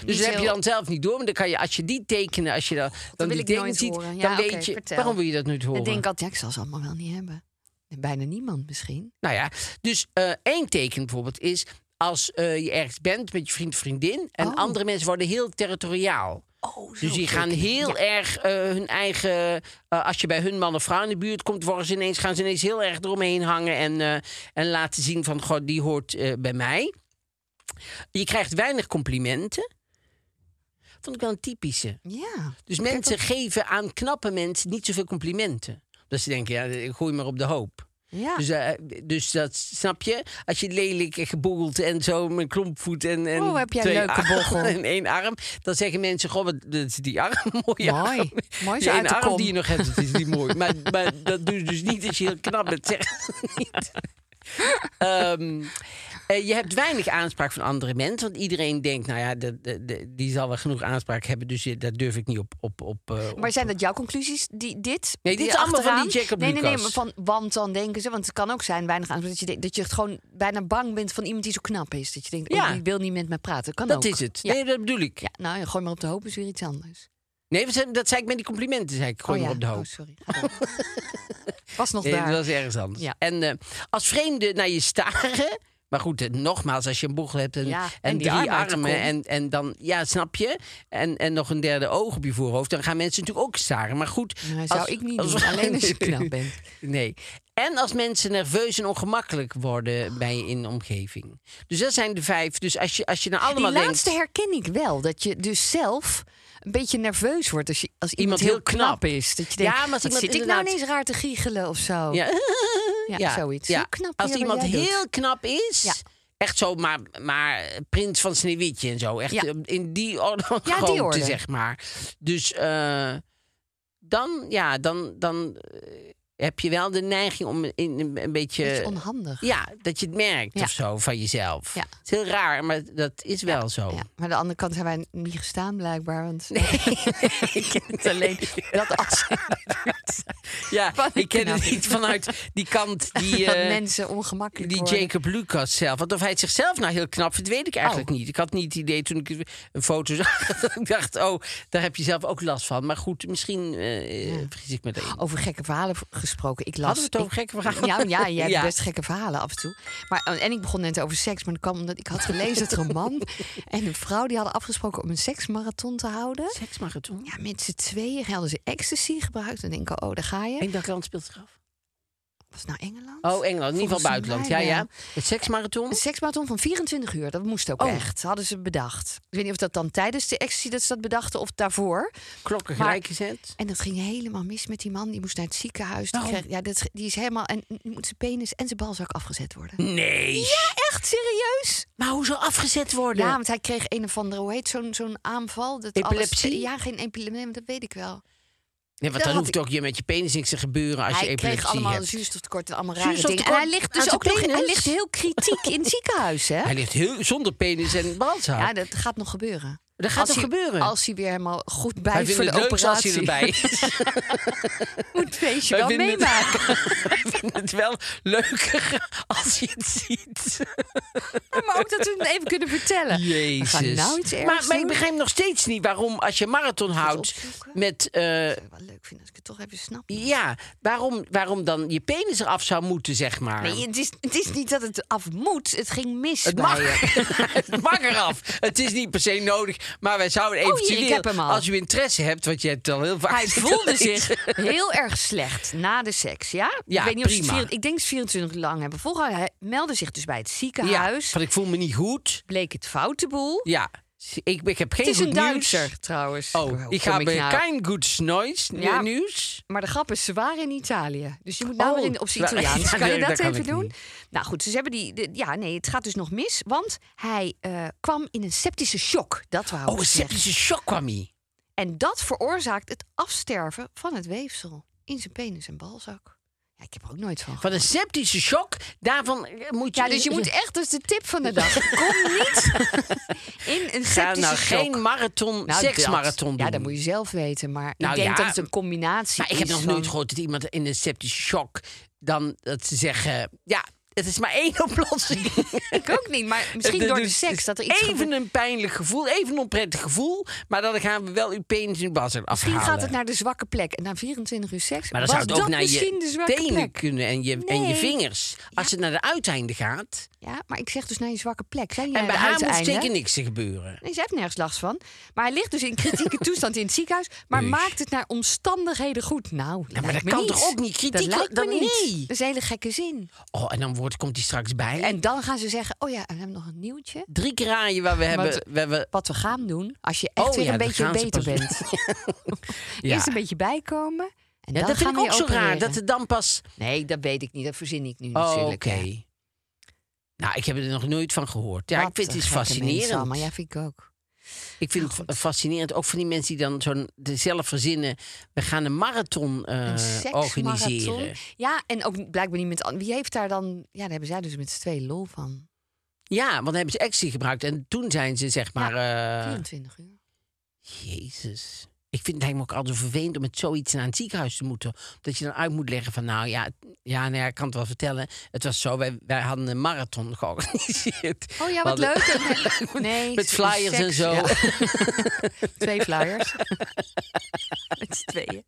[SPEAKER 2] Dus
[SPEAKER 3] niet
[SPEAKER 2] dat heb je
[SPEAKER 3] heel-
[SPEAKER 2] dan zelf niet door. Maar dan kan je, als je die tekenen, als je dan, dan
[SPEAKER 3] wil
[SPEAKER 2] die
[SPEAKER 3] ik nooit
[SPEAKER 2] tekenen ziet,
[SPEAKER 3] horen. Ja,
[SPEAKER 2] dan
[SPEAKER 3] oké,
[SPEAKER 2] weet je...
[SPEAKER 3] vertel.
[SPEAKER 2] Waarom wil je dat nooit horen?
[SPEAKER 3] Ik denk altijd, ja, ik zal ze allemaal wel niet hebben. En bijna niemand misschien.
[SPEAKER 2] Nou ja, dus eh, één teken bijvoorbeeld is als eh, je ergens bent met je vriend of vriendin en
[SPEAKER 3] Oh.
[SPEAKER 2] andere mensen worden heel territoriaal.
[SPEAKER 3] Oh,
[SPEAKER 2] Dus die gaan heel erg eh, hun eigen. eh, als je bij hun man of vrouw in de buurt komt, worden ze ineens, gaan ze ineens heel erg eromheen hangen. En, eh, en laten zien van god, die hoort eh, bij mij. Je krijgt weinig complimenten. Vond ik wel een typische.
[SPEAKER 3] Ja.
[SPEAKER 2] Dus mensen geven aan knappe mensen niet zoveel complimenten. Dat ze denken, ja, ik gooi maar op de hoop.
[SPEAKER 3] Ja.
[SPEAKER 2] Dus, eh, dus dat snap je. Als je lelijk en geboegeld en zo met klompvoet en, en
[SPEAKER 3] Oh, heb jij een
[SPEAKER 2] twee
[SPEAKER 3] leuke
[SPEAKER 2] armen
[SPEAKER 3] bochel.
[SPEAKER 2] en één arm, dan zeggen mensen gewoon wat dat is die arm mooi.
[SPEAKER 3] Mooi.
[SPEAKER 2] arm.
[SPEAKER 3] Mooi
[SPEAKER 2] die
[SPEAKER 3] zo uit
[SPEAKER 2] ene
[SPEAKER 3] de
[SPEAKER 2] arm
[SPEAKER 3] kom.
[SPEAKER 2] die je nog hebt, dat is niet mooi. Maar, maar dat doe je dus niet als je heel knap bent. Zeg het niet. Ehm, eh, je hebt weinig aanspraak van andere mensen, want iedereen denkt, nou ja, de, de- de- die zal wel genoeg aanspraak hebben, dus je- daar durf ik niet op. op, op, eh, op.
[SPEAKER 3] Maar zijn dat jouw conclusies? Die, dit?
[SPEAKER 2] Nee, dit
[SPEAKER 3] Die
[SPEAKER 2] is allemaal van die
[SPEAKER 3] achteraan?
[SPEAKER 2] Jacob
[SPEAKER 3] nee, Nee, nee, maar
[SPEAKER 2] Lucas.
[SPEAKER 3] van, want dan denken ze, want het kan ook zijn, weinig aan, dat je, denkt- dat je het gewoon bijna bang bent van iemand die zo knap is. Dat je denkt,
[SPEAKER 2] Ja.
[SPEAKER 3] oh, die wil niet met mij praten. Kan
[SPEAKER 2] dat
[SPEAKER 3] ook.
[SPEAKER 2] is het.
[SPEAKER 3] Ja.
[SPEAKER 2] Nee, dat bedoel ik.
[SPEAKER 3] Ja, nou, ja, gooi maar op de hoop is weer iets anders.
[SPEAKER 2] Nee, dat zei- dat zei ik met die complimenten, zei ik. Gooi
[SPEAKER 3] oh,
[SPEAKER 2] maar op
[SPEAKER 3] ja.
[SPEAKER 2] de hoop.
[SPEAKER 3] Oh, sorry. Ga door. Was nog
[SPEAKER 2] Nee,
[SPEAKER 3] daar.
[SPEAKER 2] dat was ergens anders.
[SPEAKER 3] Ja.
[SPEAKER 2] En eh, als vreemden naar je staren. Maar goed, eh, nogmaals, als je een boegel hebt en,
[SPEAKER 3] Ja,
[SPEAKER 2] en,
[SPEAKER 3] en die
[SPEAKER 2] drie
[SPEAKER 3] arm uit de
[SPEAKER 2] armen
[SPEAKER 3] kom.
[SPEAKER 2] en, en dan, ja, snap je? En, en nog een derde oog op je voorhoofd, dan gaan mensen natuurlijk ook staren. Maar goed,
[SPEAKER 3] Nou, zou ik niet doen, alleen als je knap bent.
[SPEAKER 2] Nee. En als mensen nerveus en ongemakkelijk worden bij je in de omgeving. Dus dat zijn de vijf. Dus als je, als je naar allemaal
[SPEAKER 3] Die
[SPEAKER 2] denkt,
[SPEAKER 3] laatste herken ik wel. Dat je dus zelf een beetje nerveus wordt als, je, als iemand, heel knap, is. Dat je denkt,
[SPEAKER 2] Ja, maar als
[SPEAKER 3] wat
[SPEAKER 2] iemand
[SPEAKER 3] zit ik nou
[SPEAKER 2] inderdaad-
[SPEAKER 3] ineens raar te giechelen of zo?
[SPEAKER 2] Ja.
[SPEAKER 3] Ja, zoiets. Hoe knap
[SPEAKER 2] eh, Als
[SPEAKER 3] weer
[SPEAKER 2] iemand
[SPEAKER 3] wat jij doet.
[SPEAKER 2] heel knap is.
[SPEAKER 3] Ja.
[SPEAKER 2] Echt zo, maar, maar prins van Sneeuwwitje en zo. Echt
[SPEAKER 3] Ja.
[SPEAKER 2] eh, in die orde van
[SPEAKER 3] Ja, die
[SPEAKER 2] grootte,
[SPEAKER 3] orde.
[SPEAKER 2] zeg maar. Dus eh, dan, ja, dan, dan eh, heb je wel de neiging om in, een- een beetje...
[SPEAKER 3] Beetje onhandig.
[SPEAKER 2] Ja, dat je het merkt
[SPEAKER 3] Ja.
[SPEAKER 2] of zo van jezelf.
[SPEAKER 3] Ja.
[SPEAKER 2] Het is heel raar, maar dat is wel zo.
[SPEAKER 3] Ja, maar aan de andere kant zijn wij niet gestaan blijkbaar. Want ik ken het alleen dat als
[SPEAKER 2] Ja,
[SPEAKER 3] Van die
[SPEAKER 2] ik ken het
[SPEAKER 3] knap.
[SPEAKER 2] niet vanuit die kant die...
[SPEAKER 3] dat
[SPEAKER 2] eh,
[SPEAKER 3] mensen ongemakkelijk
[SPEAKER 2] Die
[SPEAKER 3] worden.
[SPEAKER 2] Jacob Lucas zelf. Want of hij het zichzelf nou heel knap vindt, weet ik eigenlijk
[SPEAKER 3] Oh.
[SPEAKER 2] niet. Ik had niet het idee toen ik een foto zag. dat ik dacht, oh, daar heb je zelf ook last van. Maar goed, misschien eh, vergis ik me daarin.
[SPEAKER 3] Over gekke verhalen v- gesproken. Ik las,
[SPEAKER 2] Hadden we het over
[SPEAKER 3] ik-
[SPEAKER 2] gekke verhalen?
[SPEAKER 3] Ja, ja jij hebt
[SPEAKER 2] Ja.
[SPEAKER 3] best gekke verhalen af en toe. Maar, oh, en ik begon net over seks, maar dat kwam omdat ik had gelezen dat er een man en een vrouw... die hadden afgesproken om een seksmarathon te houden.
[SPEAKER 2] Seks mag het doen.
[SPEAKER 3] Ja, met z'n tweeën hadden ze ecstasy gebruikt. Dan denk ik, oh, daar ga je.
[SPEAKER 2] En dat land speelt zich af.
[SPEAKER 3] Was het nou Engeland?
[SPEAKER 2] Oh, Engeland. In ieder
[SPEAKER 3] Volgens
[SPEAKER 2] geval buitenland. Ja,
[SPEAKER 3] mij
[SPEAKER 2] ja.
[SPEAKER 3] wel.
[SPEAKER 2] Het seksmarathon.
[SPEAKER 3] Een seksmarathon van 24 uur, dat moest
[SPEAKER 2] Oh.
[SPEAKER 3] ook echt. Hadden ze bedacht. Ik weet niet of dat dan tijdens de ecstasy dat ze dat bedachten of daarvoor.
[SPEAKER 2] Klokken
[SPEAKER 3] Maar-
[SPEAKER 2] gelijk gezet.
[SPEAKER 3] En dat ging helemaal mis met die man. Die moest naar het ziekenhuis.
[SPEAKER 2] Oh.
[SPEAKER 3] Die, kreeg- ja, dat, die is helemaal... En nu moet zijn penis en zijn balzak afgezet worden.
[SPEAKER 2] Nee.
[SPEAKER 3] Ja, echt serieus?
[SPEAKER 2] Maar hoe zal afgezet worden?
[SPEAKER 3] Ja, want hij kreeg een of andere, hoe heet zo'n zo'n aanval? Dat
[SPEAKER 2] Epilepsie?
[SPEAKER 3] Alles, ja, geen epilepsie, nee, maar dat weet ik wel.
[SPEAKER 2] nee, want
[SPEAKER 3] dat
[SPEAKER 2] dan
[SPEAKER 3] had
[SPEAKER 2] hoeft
[SPEAKER 3] ik-
[SPEAKER 2] ook je met je penis niks te gebeuren als
[SPEAKER 3] hij
[SPEAKER 2] je
[SPEAKER 3] kreeg
[SPEAKER 2] epilepsie
[SPEAKER 3] allemaal een
[SPEAKER 2] hebt.
[SPEAKER 3] zuurstoftekort en allemaal rare dingen. En
[SPEAKER 2] Zuurstoftekort
[SPEAKER 3] hij ligt
[SPEAKER 2] aan
[SPEAKER 3] dus
[SPEAKER 2] zijn
[SPEAKER 3] ook nog, hij
[SPEAKER 2] penis?
[SPEAKER 3] ligt heel kritiek in het ziekenhuis, hè?
[SPEAKER 2] Hij ligt heel zonder penis en balzaak.
[SPEAKER 3] Ja, dat gaat nog gebeuren.
[SPEAKER 2] dat gaat
[SPEAKER 3] Als
[SPEAKER 2] toch
[SPEAKER 3] hij-
[SPEAKER 2] gebeuren?
[SPEAKER 3] Als hij weer helemaal goed bij
[SPEAKER 2] hij
[SPEAKER 3] is
[SPEAKER 2] vindt
[SPEAKER 3] voor
[SPEAKER 2] het
[SPEAKER 3] de
[SPEAKER 2] leuk als
[SPEAKER 3] operatie.
[SPEAKER 2] hij erbij is.
[SPEAKER 3] Moet het feestje
[SPEAKER 2] Wij
[SPEAKER 3] wel
[SPEAKER 2] vinden het-
[SPEAKER 3] meemaken.
[SPEAKER 2] Wij vinden het wel leuker als je het ziet.
[SPEAKER 3] Maar ook dat we hem even kunnen vertellen. We gaan nou iets ergs
[SPEAKER 2] maar, maar ik
[SPEAKER 3] doen.
[SPEAKER 2] begrijp nog steeds niet waarom als je marathon houdt
[SPEAKER 3] opzoeken?
[SPEAKER 2] met... eh,
[SPEAKER 3] Ik zou het wel leuk vinden als ik het toch even snap.
[SPEAKER 2] ja, waarom, waarom dan je penis eraf zou moeten, zeg maar.
[SPEAKER 3] Nee, het is, het is niet dat het af moet. Het ging mis
[SPEAKER 2] het
[SPEAKER 3] bij
[SPEAKER 2] mag,
[SPEAKER 3] je.
[SPEAKER 2] het mag eraf. Het is niet per se nodig, maar wij zouden
[SPEAKER 3] Oh, hier, ik
[SPEAKER 2] eventueel...
[SPEAKER 3] heb hem al.
[SPEAKER 2] Als u interesse hebt, want je hebt het al heel vaak
[SPEAKER 3] Hij voelde
[SPEAKER 2] gelezen.
[SPEAKER 3] zich heel erg slecht na de seks, ja?
[SPEAKER 2] Ja,
[SPEAKER 3] ik weet niet of ze het
[SPEAKER 2] prima.
[SPEAKER 3] vier- ik denk dat ze 24 uur lang hebben volgehouden. Hij meldde zich dus bij het
[SPEAKER 2] Ja,
[SPEAKER 3] ziekenhuis.
[SPEAKER 2] van ik voel me niet goed.
[SPEAKER 3] Bleek het foute boel.
[SPEAKER 2] Ja, ik, ik heb geen
[SPEAKER 3] het is
[SPEAKER 2] goed
[SPEAKER 3] een
[SPEAKER 2] nieuws.
[SPEAKER 3] Duitser, trouwens. Hoe
[SPEAKER 2] Oh,
[SPEAKER 3] kom
[SPEAKER 2] ik ga
[SPEAKER 3] nou?
[SPEAKER 2] geen goed nooit
[SPEAKER 3] Ja.
[SPEAKER 2] nieuws.
[SPEAKER 3] Maar de grap is, ze waren in Italië. Dus je moet nou
[SPEAKER 2] Oh,
[SPEAKER 3] weer in, op zijn
[SPEAKER 2] waar-
[SPEAKER 3] Italiaans.
[SPEAKER 2] Ja,
[SPEAKER 3] kan je
[SPEAKER 2] nee,
[SPEAKER 3] dat
[SPEAKER 2] dat kan
[SPEAKER 3] even
[SPEAKER 2] ik
[SPEAKER 3] doen?
[SPEAKER 2] niet.
[SPEAKER 3] Nou goed, dus ze hebben die... de- ja, nee, het gaat dus nog mis. Want hij eh, kwam in een septische shock. Dat wou
[SPEAKER 2] Oh,
[SPEAKER 3] ik
[SPEAKER 2] een
[SPEAKER 3] zeggen.
[SPEAKER 2] septische shock kwam hij.
[SPEAKER 3] En dat veroorzaakt het afsterven van het weefsel. In zijn penis en balzak. Ja, ik heb er ook nooit van
[SPEAKER 2] Van een septische shock, daarvan eh, moet je...
[SPEAKER 3] Ja, dus je moet echt, dat is de tip van de dag. Kom niet in een
[SPEAKER 2] Ga
[SPEAKER 3] septische
[SPEAKER 2] nou
[SPEAKER 3] shock.
[SPEAKER 2] geen marathon,
[SPEAKER 3] Nou,
[SPEAKER 2] seksmarathon
[SPEAKER 3] dat-
[SPEAKER 2] doen.
[SPEAKER 3] Ja, dat moet je zelf weten. Maar
[SPEAKER 2] Nou
[SPEAKER 3] ik denk
[SPEAKER 2] ja,
[SPEAKER 3] dat het een combinatie
[SPEAKER 2] Maar ik heb
[SPEAKER 3] is
[SPEAKER 2] nog
[SPEAKER 3] van-
[SPEAKER 2] nooit gehoord dat iemand in een septische shock... dan dat ze zeggen, ja, het is maar één oplossing.
[SPEAKER 3] Ik ook niet, maar misschien
[SPEAKER 2] Het-
[SPEAKER 3] door de
[SPEAKER 2] dus-
[SPEAKER 3] seks. Dat er iets
[SPEAKER 2] Even
[SPEAKER 3] gebeurt.
[SPEAKER 2] een pijnlijk gevoel, even een onprettig gevoel... maar dan gaan we wel uw penis in de bas afhalen.
[SPEAKER 3] Misschien gaat het naar de zwakke plek. En na 24 uur seks
[SPEAKER 2] Maar dan
[SPEAKER 3] was
[SPEAKER 2] zou het ook
[SPEAKER 3] dat
[SPEAKER 2] naar
[SPEAKER 3] misschien de
[SPEAKER 2] je
[SPEAKER 3] zwakke
[SPEAKER 2] tenen
[SPEAKER 3] plek.
[SPEAKER 2] kunnen en je, en je
[SPEAKER 3] Nee.
[SPEAKER 2] vingers. Als het naar de uiteinden gaat...
[SPEAKER 3] Ja, maar ik zeg dus naar je zwakke plek. Zijn jij
[SPEAKER 2] en bij
[SPEAKER 3] de
[SPEAKER 2] haar
[SPEAKER 3] uiteinden?
[SPEAKER 2] hoeft zeker niks te gebeuren.
[SPEAKER 3] Nee, ze heeft nergens last van. Maar hij ligt dus in kritieke toestand in het ziekenhuis. Maar
[SPEAKER 2] Euf.
[SPEAKER 3] maakt het naar omstandigheden goed? Nou,
[SPEAKER 2] maar
[SPEAKER 3] lijkt
[SPEAKER 2] dat
[SPEAKER 3] me
[SPEAKER 2] kan
[SPEAKER 3] niet.
[SPEAKER 2] toch ook niet? Kritiek-
[SPEAKER 3] dat lijkt me
[SPEAKER 2] dat-
[SPEAKER 3] niet.
[SPEAKER 2] nee.
[SPEAKER 3] Dat is een hele gekke zin.
[SPEAKER 2] Oh, en dan wordt, komt hij straks bij.
[SPEAKER 3] En dan gaan ze zeggen, oh ja, en we hebben nog een nieuwtje.
[SPEAKER 2] drie keer aan je waar we hebben.
[SPEAKER 3] Want-
[SPEAKER 2] we hebben
[SPEAKER 3] Wat we gaan doen, als je echt
[SPEAKER 2] Oh
[SPEAKER 3] weer
[SPEAKER 2] ja,
[SPEAKER 3] een
[SPEAKER 2] dan
[SPEAKER 3] beetje
[SPEAKER 2] gaan ze
[SPEAKER 3] beter
[SPEAKER 2] pas-
[SPEAKER 3] bent.
[SPEAKER 2] ja.
[SPEAKER 3] Eerst een beetje bijkomen.
[SPEAKER 2] Ja,
[SPEAKER 3] En dan
[SPEAKER 2] dat vind
[SPEAKER 3] gaan
[SPEAKER 2] ik
[SPEAKER 3] we
[SPEAKER 2] ook
[SPEAKER 3] je
[SPEAKER 2] zo raar.
[SPEAKER 3] opereren.
[SPEAKER 2] Dat het dan pas...
[SPEAKER 3] Nee, dat weet ik niet. Dat verzin ik nu
[SPEAKER 2] Oh, oké.
[SPEAKER 3] natuurlijk. hè.
[SPEAKER 2] Nou, ik heb er nog nooit van gehoord. Ja,
[SPEAKER 3] Wat
[SPEAKER 2] ik vind het
[SPEAKER 3] een
[SPEAKER 2] is
[SPEAKER 3] gekke mensen
[SPEAKER 2] fascinerend.
[SPEAKER 3] allemaal. Ja, Nou, vind ik ook.
[SPEAKER 2] Ik vind het fa- fascinerend. Ook van die mensen die dan zo'n de- zelf verzinnen. We gaan een marathon eh,
[SPEAKER 3] Een seksmarathon.
[SPEAKER 2] organiseren.
[SPEAKER 3] Ja, en ook blijkbaar niet met... an- Wie heeft daar dan... Ja, daar hebben zij dus met z'n tweeën lol van.
[SPEAKER 2] Ja, want dan hebben ze actie gebruikt. En toen zijn ze, zeg maar. eh,
[SPEAKER 3] 24 uur.
[SPEAKER 2] Jezus. Ik vind het me ook altijd vervelend om met zoiets naar een ziekenhuis te moeten. Dat je dan uit moet leggen van, nou ja, ja, nou ja ik kan het wel vertellen. Het was zo, wij, wij hadden een marathon georganiseerd.
[SPEAKER 3] Oh ja,
[SPEAKER 2] We
[SPEAKER 3] wat
[SPEAKER 2] hadden-
[SPEAKER 3] leuk. En- Nee,
[SPEAKER 2] Met flyers en
[SPEAKER 3] seks,
[SPEAKER 2] zo.
[SPEAKER 3] ja. Twee flyers. Met z'n tweeën.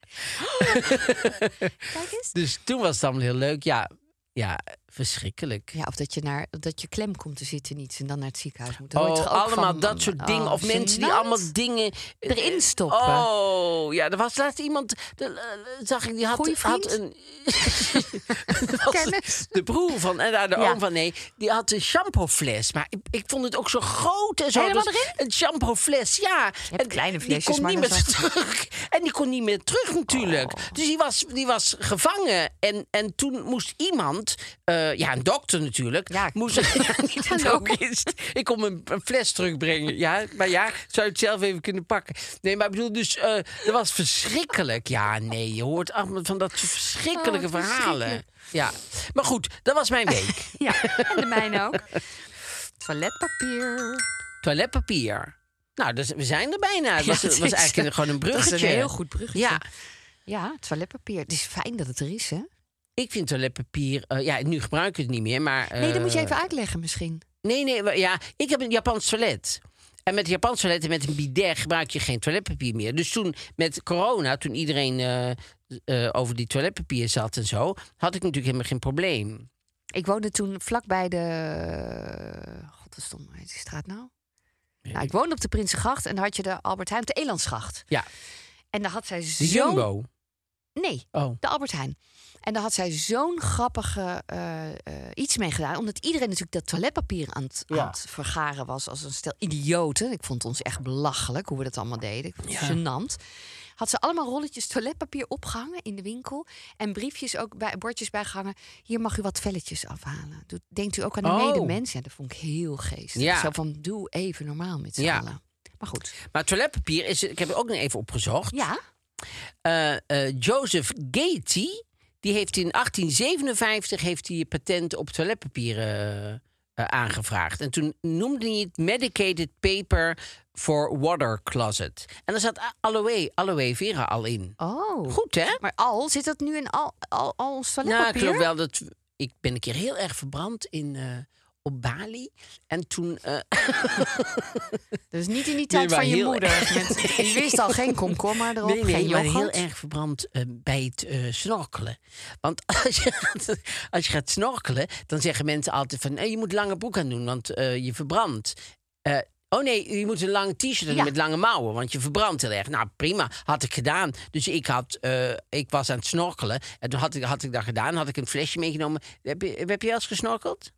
[SPEAKER 3] Kijk eens.
[SPEAKER 2] Dus toen was het allemaal heel leuk. Ja, ja verschrikkelijk.
[SPEAKER 3] Ja, of dat je, naar, dat je klem komt te zitten niet en dan naar het ziekenhuis moet. Daar hoor je
[SPEAKER 2] Oh,
[SPEAKER 3] toch ook
[SPEAKER 2] allemaal
[SPEAKER 3] van,
[SPEAKER 2] dat soort
[SPEAKER 3] man.
[SPEAKER 2] dingen.
[SPEAKER 3] Oh,
[SPEAKER 2] of mensen die
[SPEAKER 3] gênant.
[SPEAKER 2] allemaal dingen eh,
[SPEAKER 3] Erin stoppen.
[SPEAKER 2] Oh, ja, er was laatst iemand, de, eh, zag ik, die had,
[SPEAKER 3] Goeie vriend?
[SPEAKER 2] had een... Dat was
[SPEAKER 3] Kennis.
[SPEAKER 2] De broer van, en daar de
[SPEAKER 3] Ja.
[SPEAKER 2] oom van, nee, die had een shampoofles. Maar ik, ik vond het ook zo groot en zo.
[SPEAKER 3] Helemaal
[SPEAKER 2] dus
[SPEAKER 3] erin?
[SPEAKER 2] Een shampoofles, ja.
[SPEAKER 3] hebt
[SPEAKER 2] En
[SPEAKER 3] kleine
[SPEAKER 2] die
[SPEAKER 3] flesjes,
[SPEAKER 2] kon
[SPEAKER 3] maar
[SPEAKER 2] niet
[SPEAKER 3] dan
[SPEAKER 2] meer
[SPEAKER 3] zat-
[SPEAKER 2] terug. En die kon niet meer terug natuurlijk.
[SPEAKER 3] Oh.
[SPEAKER 2] Dus die was, die was gevangen. En, en toen moest iemand, eh, ja, een dokter natuurlijk,
[SPEAKER 3] Ja.
[SPEAKER 2] moest... Ja, niet dat
[SPEAKER 3] Hallo.
[SPEAKER 2] ook is. Ik kom een, een fles terugbrengen. Ja, maar ja, zou je het zelf even kunnen pakken. Nee, maar ik bedoel, dus eh, dat was verschrikkelijk. Ja, nee, je hoort Ahmed van dat soort verschrikkelijke
[SPEAKER 3] Oh, wat
[SPEAKER 2] verhalen. Ja, maar goed, dat was mijn week.
[SPEAKER 3] Ja, en de mijne ook. Toiletpapier.
[SPEAKER 2] Toiletpapier. Nou, dus we zijn er bijna. Het was,
[SPEAKER 3] Ja, het
[SPEAKER 2] was
[SPEAKER 3] is-
[SPEAKER 2] eigenlijk gewoon een bruggetje.
[SPEAKER 3] Dat is een heel goed bruggetje.
[SPEAKER 2] Ja,
[SPEAKER 3] Ja, toiletpapier. Het is fijn dat het er is, hè?
[SPEAKER 2] ik vind toiletpapier... eh, ja, nu gebruik ik het niet meer, maar...
[SPEAKER 3] Nee, dat moet je
[SPEAKER 2] eh,
[SPEAKER 3] even uitleggen misschien.
[SPEAKER 2] Nee, nee, maar ja, ik heb een Japans toilet. En met een Japans toilet en met een bidet gebruik je geen toiletpapier meer. Dus toen met corona, toen iedereen eh, eh, over die toiletpapier zat en zo, had ik natuurlijk helemaal geen probleem.
[SPEAKER 3] Ik woonde toen vlakbij de... God, wat stond heet die straat nou? Nou, ik woonde op de Prinsengracht en daar had je de Albert Heijn op de Elandsgracht.
[SPEAKER 2] Ja,
[SPEAKER 3] En daar had zij
[SPEAKER 2] de
[SPEAKER 3] zo'n...
[SPEAKER 2] Jumbo.
[SPEAKER 3] Nee,
[SPEAKER 2] Oh.
[SPEAKER 3] de Albert Heijn. En daar had zij zo'n grappige eh, eh, iets mee gedaan. Omdat iedereen natuurlijk dat toiletpapier aan het,
[SPEAKER 2] Ja.
[SPEAKER 3] aan het vergaren was als een stel idioten. Ik vond ons echt belachelijk hoe we dat allemaal deden. Ik vond het gênant. Had ze allemaal rolletjes toiletpapier opgehangen in de winkel. En briefjes ook bij, bordjes bijgehangen. Hier mag u wat velletjes afhalen. Doet- denkt u ook aan de
[SPEAKER 2] Oh.
[SPEAKER 3] medemens? Ja, dat vond ik heel geestig.
[SPEAKER 2] Ja.
[SPEAKER 3] Zo van, doe even normaal met z'n
[SPEAKER 2] Ja.
[SPEAKER 3] allen. Maar goed.
[SPEAKER 2] Maar toiletpapier is, ik heb het ook nog even opgezocht.
[SPEAKER 3] Ja,
[SPEAKER 2] Eh, eh, Joseph Gaty, die heeft in 1857 heeft hij patent op toiletpapier eh, eh, aangevraagd. En toen noemde hij het Medicated Paper for Water Closet. En daar zat a- aloe, aloe vera al in.
[SPEAKER 3] oh.
[SPEAKER 2] Goed, hè?
[SPEAKER 3] Maar al, zit dat nu in al, al, al ons
[SPEAKER 2] Nou,
[SPEAKER 3] toiletpapier?
[SPEAKER 2] ik geloof wel dat... Ik ben een keer heel erg verbrand in... eh, op Bali. En toen. eh,
[SPEAKER 3] Dus niet in die tijd
[SPEAKER 2] maar
[SPEAKER 3] van je
[SPEAKER 2] heel-
[SPEAKER 3] moeder. Met, je wist al geen komkommer erop,
[SPEAKER 2] nee, nee,
[SPEAKER 3] geen
[SPEAKER 2] ik ben
[SPEAKER 3] yoghurt.
[SPEAKER 2] heel erg verbrand eh, bij het eh, snorkelen. Want als je, gaat- als je gaat snorkelen, dan zeggen mensen altijd van... "Eh, je moet lange broek aan doen, want eh, je verbrandt. Eh, oh nee, je moet een lang t-shirt aan doen
[SPEAKER 3] Ja.
[SPEAKER 2] met lange mouwen, want je verbrandt heel erg. Nou, prima, had ik gedaan. Dus ik, had, eh, ik was aan het snorkelen. En toen had ik, had ik dat gedaan, had ik een flesje meegenomen. Heb je, heb je wel eens gesnorkeld?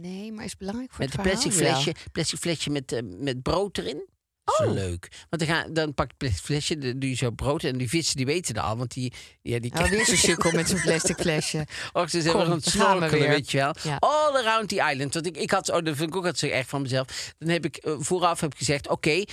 [SPEAKER 3] Nee, maar is belangrijk voor
[SPEAKER 2] Met een
[SPEAKER 3] het
[SPEAKER 2] plastic
[SPEAKER 3] verhaal wel.
[SPEAKER 2] flesje, plastic flesje met, eh, met brood erin. Oh. Zo leuk. Want dan, ga, dan pak je het plastic flesje, dan doe je zo brood. En die vissen die weten dat al. Want die, ja, die
[SPEAKER 3] Oh, weer zo'n sukkel met zo'n plastic flesje.
[SPEAKER 2] Och, Oh, ze zijn wel
[SPEAKER 3] Kom,
[SPEAKER 2] aan het
[SPEAKER 3] daar gaan we
[SPEAKER 2] snorkelen,
[SPEAKER 3] weer.
[SPEAKER 2] weet je wel.
[SPEAKER 3] Ja.
[SPEAKER 2] All around the island. Want ik, ik had, oh, dat vind ik ook altijd zo erg van mezelf. Dan heb ik eh, vooraf heb ik gezegd, oké, I,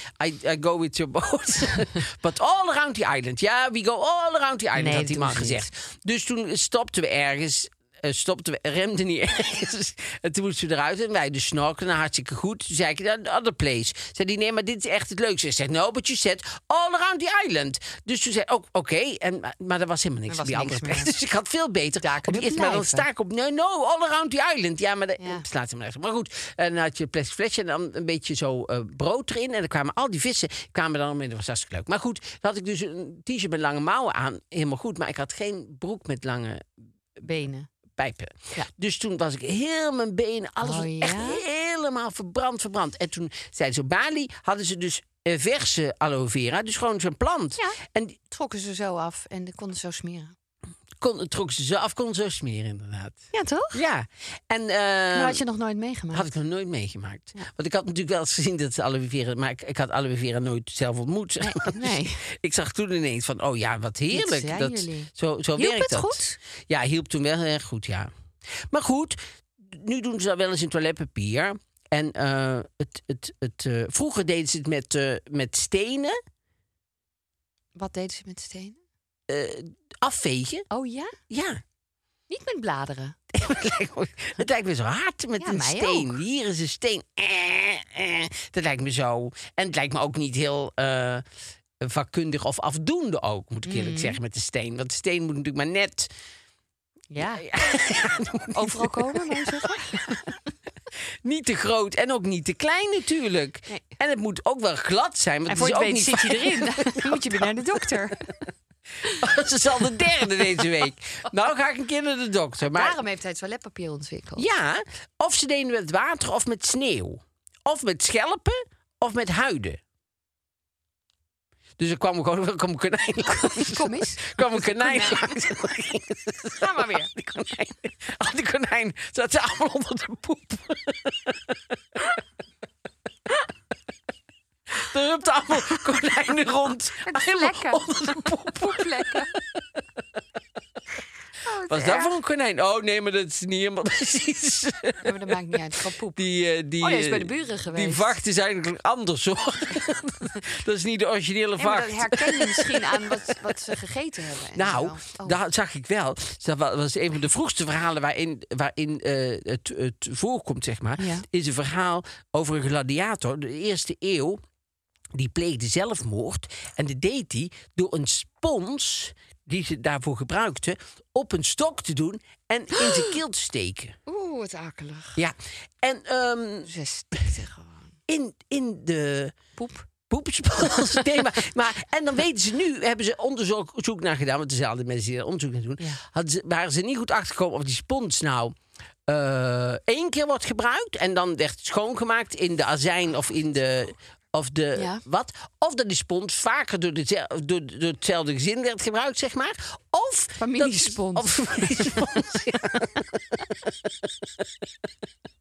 [SPEAKER 2] I go with your boat. But all around the island. Ja, we go all around the island,
[SPEAKER 3] Nee,
[SPEAKER 2] had
[SPEAKER 3] dat
[SPEAKER 2] die
[SPEAKER 3] doen
[SPEAKER 2] man
[SPEAKER 3] ze niet.
[SPEAKER 2] gezegd. Dus toen stopten we ergens. eh, Stopten we, remden niet ergens. En toen moesten we eruit en wij dus snorkelen. Nou, hartstikke goed. Toen zei ik, "The other place. Zei die, nee, maar dit is echt het leukste. Ik zei, no, but you said all around the island. Dus toen zei ik, oh, oké. En- maar- Maar er was helemaal niks
[SPEAKER 3] Er
[SPEAKER 2] op die
[SPEAKER 3] was
[SPEAKER 2] andere
[SPEAKER 3] niks
[SPEAKER 2] plek.
[SPEAKER 3] meer.
[SPEAKER 2] Dus ik had veel beter
[SPEAKER 3] Daar
[SPEAKER 2] op
[SPEAKER 3] kunnen
[SPEAKER 2] die eerste, maar dan
[SPEAKER 3] blijven.
[SPEAKER 2] sta ik op. No, no, all around the island. Ja, maar dat
[SPEAKER 3] Ja.
[SPEAKER 2] slaat hem nergens. op. Maar goed, en dan had je een plastic flesje en dan een beetje zo eh, brood erin. En dan kwamen al die vissen kwamen dan om en dat was hartstikke leuk. Maar goed, dan had ik dus een t-shirt met lange mouwen aan. Helemaal goed, maar ik had geen broek met lange
[SPEAKER 3] Benen.
[SPEAKER 2] pijpen.
[SPEAKER 3] Ja.
[SPEAKER 2] Dus toen was ik heel mijn benen, alles
[SPEAKER 3] Oh,
[SPEAKER 2] was
[SPEAKER 3] ja?
[SPEAKER 2] echt helemaal verbrand, verbrand. En toen zeiden ze op Bali, hadden ze dus eh, verse aloe vera. Dus gewoon zo'n plant.
[SPEAKER 3] Ja.
[SPEAKER 2] En die
[SPEAKER 3] Trokken ze zo af en dan konden ze zo smeren.
[SPEAKER 2] kon, trok ze ze af, kon ze smeren inderdaad.
[SPEAKER 3] Ja, toch?
[SPEAKER 2] Ja, en... eh,
[SPEAKER 3] Dat had Nou, je nog nooit meegemaakt.
[SPEAKER 2] had ik nog nooit meegemaakt. Want ik had natuurlijk wel eens gezien dat ze aloe vera... maar ik, ik had aloe vera nooit zelf ontmoet. zeg maar. Dus
[SPEAKER 3] nee.
[SPEAKER 2] Ik zag toen ineens van, oh ja, wat heerlijk.
[SPEAKER 3] zijn
[SPEAKER 2] dat,
[SPEAKER 3] jullie.
[SPEAKER 2] zo zo
[SPEAKER 3] Hielp
[SPEAKER 2] werkt dat.
[SPEAKER 3] het goed?
[SPEAKER 2] Ja, hielp toen wel heel erg goed, ja. Maar goed, nu doen ze dat wel eens in toiletpapier. En eh, het, het, het, eh, vroeger deden ze het met, eh, met stenen
[SPEAKER 3] Wat deden ze met stenen?
[SPEAKER 2] eh, afvegen.
[SPEAKER 3] Oh ja?
[SPEAKER 2] Ja,
[SPEAKER 3] Niet met bladeren.
[SPEAKER 2] het lijkt me- het lijkt me zo hard met
[SPEAKER 3] Ja,
[SPEAKER 2] een
[SPEAKER 3] mij
[SPEAKER 2] steen.
[SPEAKER 3] ook.
[SPEAKER 2] Hier is een steen. Eh, eh. Dat lijkt me zo. En het lijkt me ook niet heel eh, vakkundig of afdoende ook, moet ik eerlijk
[SPEAKER 3] Mm.
[SPEAKER 2] zeggen, met de steen. Want de steen moet natuurlijk maar net...
[SPEAKER 3] Ja.
[SPEAKER 2] Ja, dat moet niet-
[SPEAKER 3] Overal komen, maar zeggen.
[SPEAKER 2] Niet te groot en ook niet te klein natuurlijk.
[SPEAKER 3] Nee.
[SPEAKER 2] En het moet ook wel glad zijn. Want
[SPEAKER 3] En
[SPEAKER 2] het
[SPEAKER 3] voor
[SPEAKER 2] is
[SPEAKER 3] je
[SPEAKER 2] dus ook
[SPEAKER 3] weet
[SPEAKER 2] niet
[SPEAKER 3] zit je
[SPEAKER 2] fijn.
[SPEAKER 3] erin. Dan moet je weer naar de dokter.
[SPEAKER 2] Ze is al de derde deze week. Nou ga ik een keer naar de dokter. Maar
[SPEAKER 3] Daarom heeft hij toiletpapier ontwikkeld.
[SPEAKER 2] ja, of ze deden met water of met sneeuw. Of met schelpen of met huiden. Dus er kwam gewoon er kwam een konijn langs.
[SPEAKER 3] Kom eens.
[SPEAKER 2] Er kwam een konijn
[SPEAKER 3] Konijn.
[SPEAKER 2] langs.
[SPEAKER 3] Ga maar weer.
[SPEAKER 2] Die konijn, al die konijn zat ze allemaal onder de poep. Er rupten allemaal konijnen rond. Helemaal
[SPEAKER 3] vlekken.
[SPEAKER 2] onder de poep.
[SPEAKER 3] Poeplekken. Oh, wat
[SPEAKER 2] Was dat
[SPEAKER 3] erg.
[SPEAKER 2] voor een konijn? Oh nee, maar dat is niet helemaal precies.
[SPEAKER 3] Ja, maar dat maakt niet uit. Het is gewoon poep.
[SPEAKER 2] Die, eh, die,
[SPEAKER 3] Oh, hij is
[SPEAKER 2] eh,
[SPEAKER 3] bij de buren
[SPEAKER 2] Die
[SPEAKER 3] geweest.
[SPEAKER 2] vacht is eigenlijk anders hoor. dat is niet de originele
[SPEAKER 3] Ja, maar dat
[SPEAKER 2] vacht.
[SPEAKER 3] herken je misschien aan wat, wat ze gegeten hebben. en
[SPEAKER 2] Nou,
[SPEAKER 3] zo. Oh.
[SPEAKER 2] dat zag ik wel. Dat wa- was een van de vroegste verhalen waarin, waarin eh, het, het voorkomt, zeg maar.
[SPEAKER 3] Ja.
[SPEAKER 2] Is een verhaal over een gladiator, de eerste eeuw. Die pleegde zelfmoord. En dat deed hij door een spons, die ze daarvoor gebruikte, op een stok te doen en in zijn keel te steken.
[SPEAKER 3] Oeh, wat akelig.
[SPEAKER 2] Ja. En ehm,
[SPEAKER 3] Ze stikte gewoon.
[SPEAKER 2] in, in de
[SPEAKER 3] Poep.
[SPEAKER 2] poepspons. Nee, maar, maar, en dan weten ze nu, hebben ze onderzoek zoek naar gedaan, want er zijn altijd mensen die daar onderzoek naar doen.
[SPEAKER 3] Ja.
[SPEAKER 2] Hadden ze, waren ze niet goed achtergekomen of die spons nou eh, één keer wordt gebruikt en dan werd het schoongemaakt in de azijn of in de. Of de
[SPEAKER 3] Ja.
[SPEAKER 2] wat? Of dat die spons vaker door, de, door, door hetzelfde gezin werd gebruikt, zeg maar. Of. dat-
[SPEAKER 3] Familiespons.
[SPEAKER 2] Of familiespons, ja.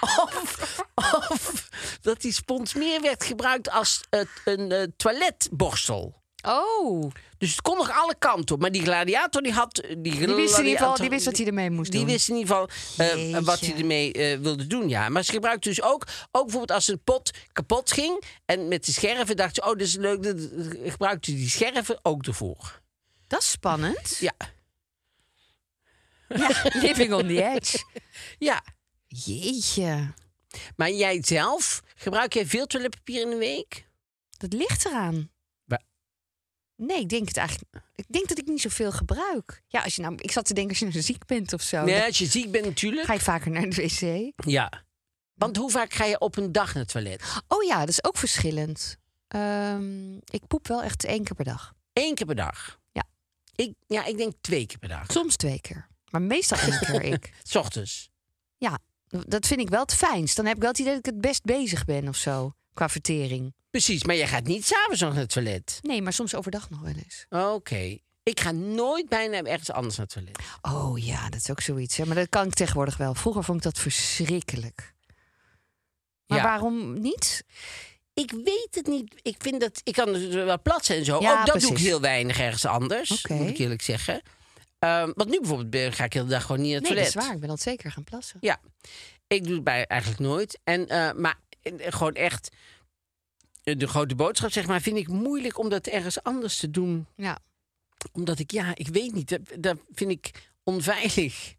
[SPEAKER 2] Of, of dat die spons meer werd gebruikt als eh, een eh, toiletborstel.
[SPEAKER 3] Oh,
[SPEAKER 2] Dus het kon nog alle kanten op. Maar die gladiator die had... eh, Die,
[SPEAKER 3] die wist, in ieder geval, die
[SPEAKER 2] gladiator-
[SPEAKER 3] wist wat hij ermee moest
[SPEAKER 2] die
[SPEAKER 3] doen.
[SPEAKER 2] wist in ieder geval eh,
[SPEAKER 3] Jeetje.
[SPEAKER 2] wat hij ermee eh, wilde doen, ja. Maar ze gebruikte dus ook, ook bijvoorbeeld als een pot kapot ging... en met de scherven dacht ze, oh, dat is leuk. Dat gebruikte die scherven ook ervoor.
[SPEAKER 3] Dat is spannend.
[SPEAKER 2] Ja,
[SPEAKER 3] Living on the edge.
[SPEAKER 2] ja.
[SPEAKER 3] Jeetje.
[SPEAKER 2] Maar jij zelf, gebruik jij veel toiletpapier in de week?
[SPEAKER 3] Dat ligt eraan.
[SPEAKER 2] Wa-
[SPEAKER 3] Nee, ik denk het eigenlijk. Ik denk dat ik niet zoveel gebruik. Ja, als je nou, ik zat te denken als je nou ziek bent of zo.
[SPEAKER 2] Nee,
[SPEAKER 3] dan
[SPEAKER 2] als je ziek bent natuurlijk.
[SPEAKER 3] Ga je vaker naar de wc?
[SPEAKER 2] Ja. Want hoe vaak ga je op een dag naar het toilet?
[SPEAKER 3] Oh ja, dat is ook verschillend. Ehm, ik poep wel echt één keer per dag.
[SPEAKER 2] Eén keer per dag.
[SPEAKER 3] Ja.
[SPEAKER 2] Ik, ja, ik denk twee keer per dag.
[SPEAKER 3] Soms twee keer. Maar meestal één keer ik.
[SPEAKER 2] S ochtends.
[SPEAKER 3] Ja, dat vind ik wel het fijnst. Dan heb ik wel het idee dat ik het best bezig ben of zo. Qua vertering.
[SPEAKER 2] Precies, maar jij gaat niet s'avonds nog naar het toilet.
[SPEAKER 3] Nee, maar soms overdag nog wel eens.
[SPEAKER 2] Oké. Ik ga nooit bijna ergens anders naar het toilet.
[SPEAKER 3] Oh ja, dat is ook zoiets. Hè? Maar dat kan ik tegenwoordig wel. Vroeger vond ik dat verschrikkelijk. Maar
[SPEAKER 2] Ja.
[SPEAKER 3] waarom niet?
[SPEAKER 2] Ik weet het niet. Ik vind dat ik kan er wel plat zijn en zo.
[SPEAKER 3] Ja,
[SPEAKER 2] Ook dat doe ik
[SPEAKER 3] precies.
[SPEAKER 2] heel weinig ergens anders,
[SPEAKER 3] Oké.
[SPEAKER 2] moet ik eerlijk zeggen. Ehm, want nu bijvoorbeeld ben- ga ik de hele dag gewoon niet naar het
[SPEAKER 3] Nee, dat
[SPEAKER 2] toilet.
[SPEAKER 3] is waar. Ik ben al twee keer gaan plassen.
[SPEAKER 2] Ja, ik doe het bij eigenlijk nooit. En, eh, maar eh, gewoon echt eh, de grote boodschap, zeg maar, vind ik moeilijk om dat ergens anders te doen.
[SPEAKER 3] Ja.
[SPEAKER 2] Omdat ik, ja, ik weet niet, dat, dat vind ik onveilig.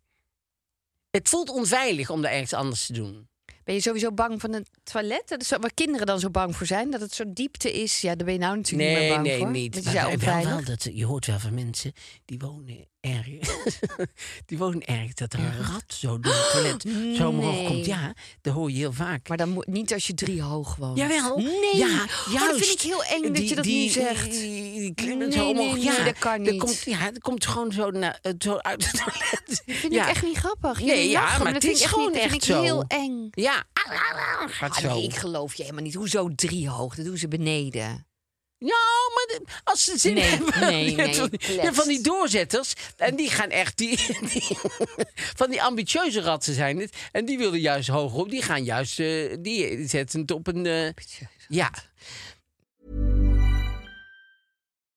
[SPEAKER 2] Het voelt onveilig om daar ergens anders te doen.
[SPEAKER 3] Ben je sowieso bang van het toilet? Dat is zo- waar kinderen dan zo bang voor zijn. Dat het zo'n diepte is. Ja, daar ben je nou natuurlijk niet
[SPEAKER 2] nee,
[SPEAKER 3] meer bang
[SPEAKER 2] nee,
[SPEAKER 3] voor.
[SPEAKER 2] niet.
[SPEAKER 3] Dat je
[SPEAKER 2] Maar
[SPEAKER 3] zei
[SPEAKER 2] wel- wel
[SPEAKER 3] onveilig.
[SPEAKER 2] dat, je hoort wel van mensen die wonen ergens. die wonen ergens dat er een rat zo door het toilet zo omhoog komt.
[SPEAKER 3] nee.
[SPEAKER 2] Ja, dat hoor je heel vaak.
[SPEAKER 3] Maar dan moet niet als je drie hoog woont.
[SPEAKER 2] Jawel.
[SPEAKER 3] Nee.
[SPEAKER 2] Ja,
[SPEAKER 3] Oh, dat vind ik
[SPEAKER 2] juist.
[SPEAKER 3] heel eng dat
[SPEAKER 2] Die-
[SPEAKER 3] je dat
[SPEAKER 2] die-
[SPEAKER 3] nu zegt.
[SPEAKER 2] Die, die klimmen
[SPEAKER 3] Nee,
[SPEAKER 2] zo
[SPEAKER 3] nee,
[SPEAKER 2] omhoog.
[SPEAKER 3] nee,
[SPEAKER 2] ja,
[SPEAKER 3] dat kan niet.
[SPEAKER 2] komt, ja, dat komt gewoon zo, na, eh, zo uit het toilet.
[SPEAKER 3] vind
[SPEAKER 2] ja.
[SPEAKER 3] ik echt niet grappig.
[SPEAKER 2] Nee,
[SPEAKER 3] Jullie
[SPEAKER 2] ja,
[SPEAKER 3] lachen,
[SPEAKER 2] maar
[SPEAKER 3] dat
[SPEAKER 2] het is
[SPEAKER 3] vind ik
[SPEAKER 2] gewoon
[SPEAKER 3] niet, dat
[SPEAKER 2] echt
[SPEAKER 3] vind ik
[SPEAKER 2] zo.
[SPEAKER 3] heel eng.
[SPEAKER 2] Ja, gaat
[SPEAKER 3] Ah,
[SPEAKER 2] zo.
[SPEAKER 3] nee, ik geloof je helemaal niet. Hoezo drie hoog? Dat doen ze beneden.
[SPEAKER 2] Ja, maar de- als ze zin
[SPEAKER 3] Nee,
[SPEAKER 2] hebben.
[SPEAKER 3] nee,
[SPEAKER 2] Ja,
[SPEAKER 3] nee,
[SPEAKER 2] van, die- ja, van die doorzetters. En die gaan echt. Die, die- van die ambitieuze ratsen zijn het. En die willen juist hoger op. Die gaan juist. eh, die zetten het op een. eh, ja.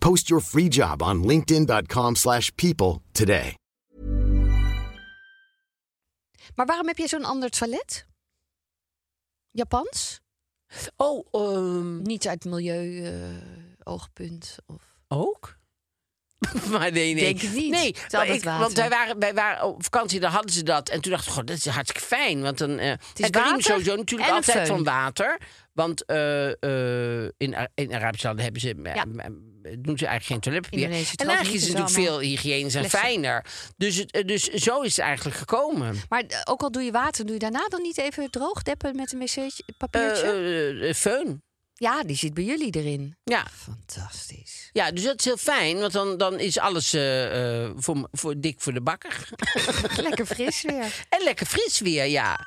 [SPEAKER 4] Post your free job on linkedin.com/people slash people today.
[SPEAKER 3] Maar waarom heb je zo'n ander toilet? Japans?
[SPEAKER 2] Oh, ehm,
[SPEAKER 3] Niet uit milieu-oogpunt. eh, of...
[SPEAKER 2] ook? maar nee, nee.
[SPEAKER 3] Denk het niet.
[SPEAKER 2] Nee,
[SPEAKER 3] Het is
[SPEAKER 2] maar
[SPEAKER 3] altijd
[SPEAKER 2] ik-
[SPEAKER 3] water.
[SPEAKER 2] want wij waren, wij waren op vakantie, daar hadden ze dat. En toen dacht ik, goh, dat is hartstikke fijn. Want dan, eh het
[SPEAKER 3] is water
[SPEAKER 2] sowieso natuurlijk
[SPEAKER 3] en een
[SPEAKER 2] altijd
[SPEAKER 3] föhn.
[SPEAKER 2] van water. Want eh, eh, in, Ar- in Arabische landen hebben ze, eh,
[SPEAKER 3] Ja.
[SPEAKER 2] doen ze eigenlijk geen toiletpapier. En
[SPEAKER 3] Indonesië trouwens
[SPEAKER 2] eigenlijk
[SPEAKER 3] niet,
[SPEAKER 2] is het
[SPEAKER 3] dus
[SPEAKER 2] natuurlijk
[SPEAKER 3] allemaal
[SPEAKER 2] veel hygiënisch en
[SPEAKER 3] plastic.
[SPEAKER 2] fijner. Dus, het, eh, dus zo is het eigenlijk gekomen.
[SPEAKER 3] Maar eh, ook al doe je water, doe je daarna dan niet even droog deppen met een wc-papiertje?
[SPEAKER 2] Eh eh, eh, föhn.
[SPEAKER 3] ja, die zit bij jullie erin.
[SPEAKER 2] Ja.
[SPEAKER 3] Fantastisch.
[SPEAKER 2] ja, dus dat is heel fijn. Want dan, dan is alles eh, eh, voor, voor dik voor de bakker.
[SPEAKER 3] Lekker fris weer.
[SPEAKER 2] En lekker fris weer, ja.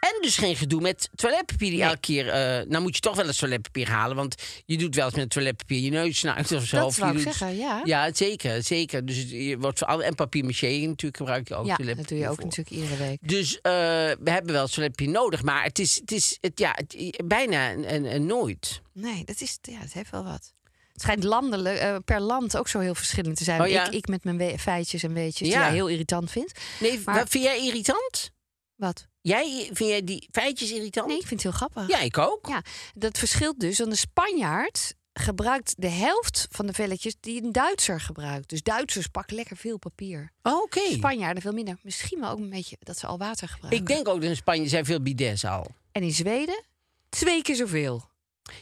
[SPEAKER 2] En dus geen gedoe met toiletpapier die elke keer... eh, nou moet je toch wel eens toiletpapier halen. Want je doet wel eens met toiletpapier je neus snuit of zo.
[SPEAKER 3] Dat
[SPEAKER 2] of je
[SPEAKER 3] wou ik
[SPEAKER 2] doet-
[SPEAKER 3] zeggen, ja.
[SPEAKER 2] Ja, zeker, zeker. Dus het- je wordt voor alle, en papier maché natuurlijk gebruik je ook
[SPEAKER 3] ja,
[SPEAKER 2] toiletpapier
[SPEAKER 3] dat doe je ook
[SPEAKER 2] voor.
[SPEAKER 3] natuurlijk iedere week.
[SPEAKER 2] Dus eh, we hebben wel toiletpapier nodig. Maar het is, het is het, ja, het- bijna een, een- een nooit.
[SPEAKER 3] Nee, dat, is, ja, dat heeft wel wat. Het schijnt landelijk, eh, per land ook zo heel verschillend te zijn.
[SPEAKER 2] Oh ja.
[SPEAKER 3] ik, ik met mijn we- feitjes en weetjes,
[SPEAKER 2] Ja.
[SPEAKER 3] die jij heel irritant vindt.
[SPEAKER 2] Nee,
[SPEAKER 3] Maar-
[SPEAKER 2] wat vind jij irritant?
[SPEAKER 3] Wat?
[SPEAKER 2] Jij, vind jij die feitjes irritant?
[SPEAKER 3] Nee, ik vind het heel grappig.
[SPEAKER 2] Ja, ik ook.
[SPEAKER 3] Ja, dat verschilt dus. Want een Spanjaard gebruikt de helft van de velletjes die een Duitser gebruikt. Dus Duitsers pakken lekker veel papier.
[SPEAKER 2] Oh, Oké.
[SPEAKER 3] Spanjaarden veel minder. Misschien wel ook een beetje dat ze al water gebruiken.
[SPEAKER 2] Ik denk ook dat in Spanje zijn veel bidets al.
[SPEAKER 3] En in Zweden twee keer zoveel.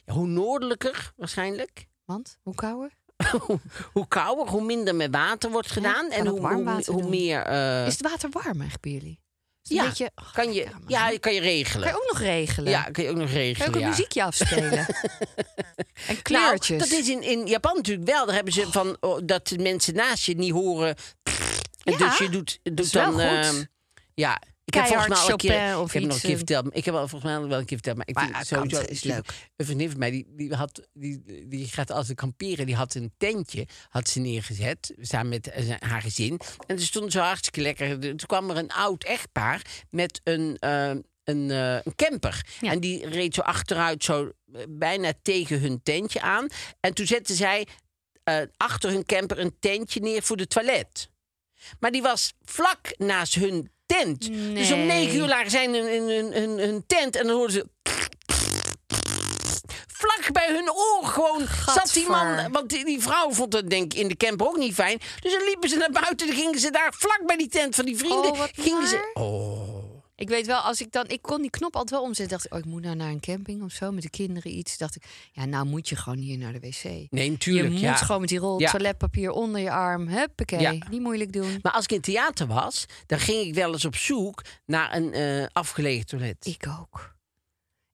[SPEAKER 2] Ja, hoe noordelijker waarschijnlijk.
[SPEAKER 3] Want hoe kouder?
[SPEAKER 2] hoe, hoe kouder, hoe minder met water wordt gedaan.
[SPEAKER 3] kan
[SPEAKER 2] en
[SPEAKER 3] ook
[SPEAKER 2] hoe,
[SPEAKER 3] warm
[SPEAKER 2] hoe,
[SPEAKER 3] water
[SPEAKER 2] hoe
[SPEAKER 3] doen.
[SPEAKER 2] meer. eh,
[SPEAKER 3] Is het water warm eigenlijk bij jullie? Is
[SPEAKER 2] ja,
[SPEAKER 3] het een beetje, Oh,
[SPEAKER 2] kan je,
[SPEAKER 3] man.
[SPEAKER 2] ja, kan je regelen.
[SPEAKER 3] Kan je ook nog regelen?
[SPEAKER 2] ja, kan je ook nog regelen.
[SPEAKER 3] Kan je ook een
[SPEAKER 2] ja.
[SPEAKER 3] muziekje afspelen? en
[SPEAKER 2] Nou,
[SPEAKER 3] kleurtjes.
[SPEAKER 2] dat is in, in Japan natuurlijk wel. Daar hebben ze van oh, dat de mensen naast je het niet horen. En
[SPEAKER 3] Ja,
[SPEAKER 2] dus je doet, doet
[SPEAKER 3] is wel
[SPEAKER 2] dan.
[SPEAKER 3] goed.
[SPEAKER 2] ehm, ja, ik heb
[SPEAKER 3] Keihard
[SPEAKER 2] volgens mij al een keer,
[SPEAKER 3] Chopin of
[SPEAKER 2] ik heb nog
[SPEAKER 3] iets,
[SPEAKER 2] een keer
[SPEAKER 3] eh.
[SPEAKER 2] verteld. Ik heb al volgens mij wel een keer verteld, maar ik
[SPEAKER 3] Maar
[SPEAKER 2] vind het
[SPEAKER 3] aan de
[SPEAKER 2] sowieso
[SPEAKER 3] kant is
[SPEAKER 2] super. Een vriendin van mij die, die had die, die gaat altijd kamperen. Die had een tentje had ze neergezet samen met eh, zijn- haar gezin. En ze stonden zo hartstikke lekker. Toen kwam er een oud echtpaar met een eh, een, eh, een camper.
[SPEAKER 3] Ja.
[SPEAKER 2] En die reed zo achteruit, zo eh, bijna tegen hun tentje aan. En toen zette zij eh, achter hun camper een tentje neer voor de toilet. Maar die was vlak naast hun tent. Dus om
[SPEAKER 3] Nee.
[SPEAKER 2] negen uur lagen zij in hun, in hun, hun- hun tent en dan hoorden ze... Vlak bij hun oor gewoon zat die man...
[SPEAKER 3] Gadver.
[SPEAKER 2] Want die, die vrouw vond dat denk ik in de camper ook niet fijn. Dus dan liepen ze naar buiten en gingen ze daar vlak bij die tent van die vrienden...
[SPEAKER 3] Oh, wat
[SPEAKER 2] gingen
[SPEAKER 3] naar.
[SPEAKER 2] ze... Oh.
[SPEAKER 3] Ik weet wel, als ik dan, ik kon die knop altijd wel omzetten. Dacht ik, oh, ik moet nou naar een camping of zo met de kinderen iets. Dacht ik, ja, nou moet je gewoon hier naar de wc.
[SPEAKER 2] Nee, natuurlijk.
[SPEAKER 3] je moet
[SPEAKER 2] ja.
[SPEAKER 3] gewoon met die rol
[SPEAKER 2] Ja.
[SPEAKER 3] toiletpapier onder je arm. Huppakee,
[SPEAKER 2] Ja.
[SPEAKER 3] niet moeilijk doen.
[SPEAKER 2] Maar als ik in het theater was, dan ging ik wel eens op zoek naar een eh, afgelegen toilet.
[SPEAKER 3] Ik ook.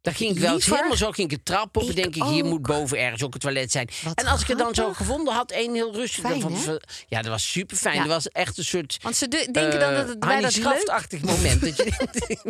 [SPEAKER 2] Daar ging ik wel eens
[SPEAKER 3] Liever-
[SPEAKER 2] helemaal zo ging ik het trap op.
[SPEAKER 3] Ik
[SPEAKER 2] en denk ik, hier
[SPEAKER 3] ook.
[SPEAKER 2] moet boven ergens ook een toilet zijn.
[SPEAKER 3] Wat
[SPEAKER 2] en als ik het dan zo
[SPEAKER 3] grappig.
[SPEAKER 2] gevonden had, één heel rustig. dan
[SPEAKER 3] Fijn,
[SPEAKER 2] vond ik
[SPEAKER 3] hè?
[SPEAKER 2] zo- ja, dat was super fijn.
[SPEAKER 3] Ja.
[SPEAKER 2] Dat was echt een soort.
[SPEAKER 3] Want ze de- denken
[SPEAKER 2] Eh,
[SPEAKER 3] dan dat het bij dat leuk...
[SPEAKER 2] krachtachtig moment. dat je, denkt,